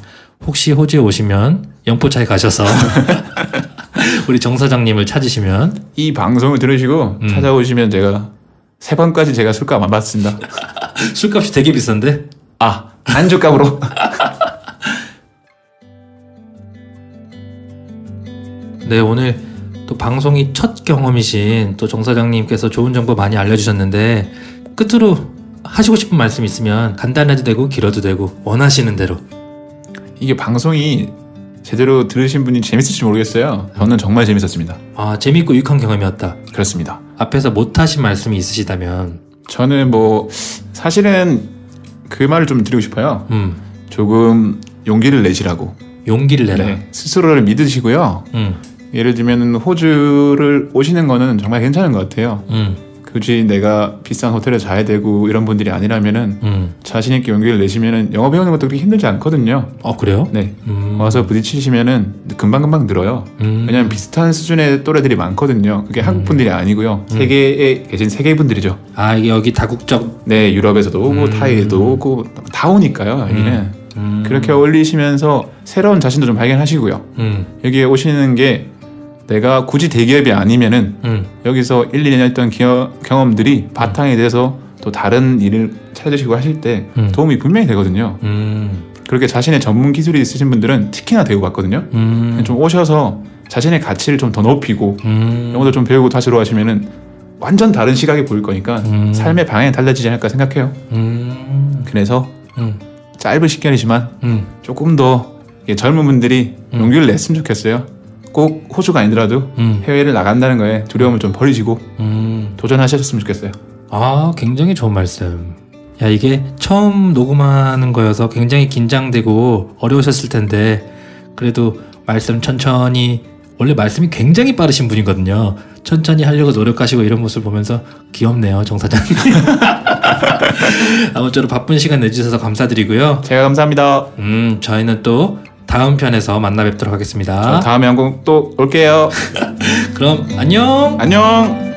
Speaker 2: 혹시 호주에 오시면 영포차에 가셔서 우리 정 사장님을 찾으시면
Speaker 3: 이 방송을 들으시고
Speaker 2: 음.
Speaker 3: 찾아오시면 제가 세 번까지 제가 술값 안 받습니다.
Speaker 2: 술값이 되게 비싼데
Speaker 3: 아 안주값으로.
Speaker 2: 네, 오늘 또 방송이 첫 경험이신 또 정 사장님께서 좋은 정보 많이 알려주셨는데 끝으로 하시고 싶은 말씀 있으면 간단해도 되고 길어도 되고 원하시는 대로.
Speaker 3: 이게 방송이 제대로 들으신 분이 재밌을지 모르겠어요. 저는 정말 재밌었습니다.
Speaker 2: 아, 재밌고 유익한 경험이었다.
Speaker 3: 그렇습니다.
Speaker 2: 앞에서 못하신 말씀이 있으시다면,
Speaker 3: 저는 뭐 사실은 그 말을 좀 드리고 싶어요.
Speaker 2: 음,
Speaker 3: 조금 용기를 내시라고.
Speaker 2: 용기를 내라.
Speaker 3: 네. 스스로를 믿으시고요.
Speaker 2: 음,
Speaker 3: 예를 들면 호주를 오시는 거는 정말 괜찮은 것 같아요.
Speaker 2: 음,
Speaker 3: 굳이 내가 비싼 호텔에 자야 되고 이런 분들이 아니라면은
Speaker 2: 음.
Speaker 3: 자신 있게 용기를 내시면은 영어 배우는 것도 그렇게 힘들지 않거든요.
Speaker 2: 어, 그래요?
Speaker 3: 네.
Speaker 2: 음,
Speaker 3: 와서 부딪히시면은 금방 금방 늘어요.
Speaker 2: 음,
Speaker 3: 왜냐면 비슷한 수준의 또래들이 많거든요. 그게 한국 분들이 아니고요. 세계에 계신 세계 분들이죠.
Speaker 2: 아, 이게 여기 다국적,
Speaker 3: 네, 유럽에서도 오고
Speaker 2: 음.
Speaker 3: 타이에도 오고 다 오니까요. 여기는
Speaker 2: 음,
Speaker 3: 그렇게 어울리시면서 새로운 자신도 좀 발견하시고요.
Speaker 2: 음,
Speaker 3: 여기에 오시는 게 내가 굳이 대기업이 아니면은
Speaker 2: 음,
Speaker 3: 여기서 1, 2년 했던 기어- 경험들이 바탕이 돼서 또 다른 일을 찾으시고 하실 때
Speaker 2: 음.
Speaker 3: 도움이 분명히 되거든요.
Speaker 2: 음,
Speaker 3: 그렇게 자신의 전문 기술이 있으신 분들은 특히나 대우받거든요.
Speaker 2: 음,
Speaker 3: 좀 오셔서 자신의 가치를 좀 더 높이고
Speaker 2: 음,
Speaker 3: 영어도 좀 배우고 다시 돌아가시면은 완전 다른 시각이 보일 거니까
Speaker 2: 음.
Speaker 3: 삶의 방향이 달라지지 않을까 생각해요.
Speaker 2: 음,
Speaker 3: 그래서
Speaker 2: 음,
Speaker 3: 짧은 시간이지만
Speaker 2: 음,
Speaker 3: 조금 더 이게 젊은 분들이
Speaker 2: 음.
Speaker 3: 용기를 냈으면 좋겠어요. 꼭 호주가 아니더라도
Speaker 2: 음,
Speaker 3: 해외를 나간다는 거에 두려움을 좀 버리시고
Speaker 2: 음.
Speaker 3: 도전하셨으면 좋겠어요.
Speaker 2: 아, 굉장히 좋은 말씀. 야, 이게 처음 녹음하는 거여서 굉장히 긴장되고 어려우셨을 텐데, 그래도 말씀 천천히, 원래 말씀이 굉장히 빠르신 분이거든요. 천천히 하려고 노력하시고 이런 모습을 보면서 귀엽네요, 정사장님. 아무쪼록 바쁜 시간 내주셔서 감사드리고요.
Speaker 3: 제가 감사합니다.
Speaker 2: 음, 저희는 또 다음 편에서 만나 뵙도록
Speaker 3: 저
Speaker 2: 하겠습니다.
Speaker 3: 다음에 한국 또 올게요.
Speaker 2: 그럼 안녕!
Speaker 3: 안녕.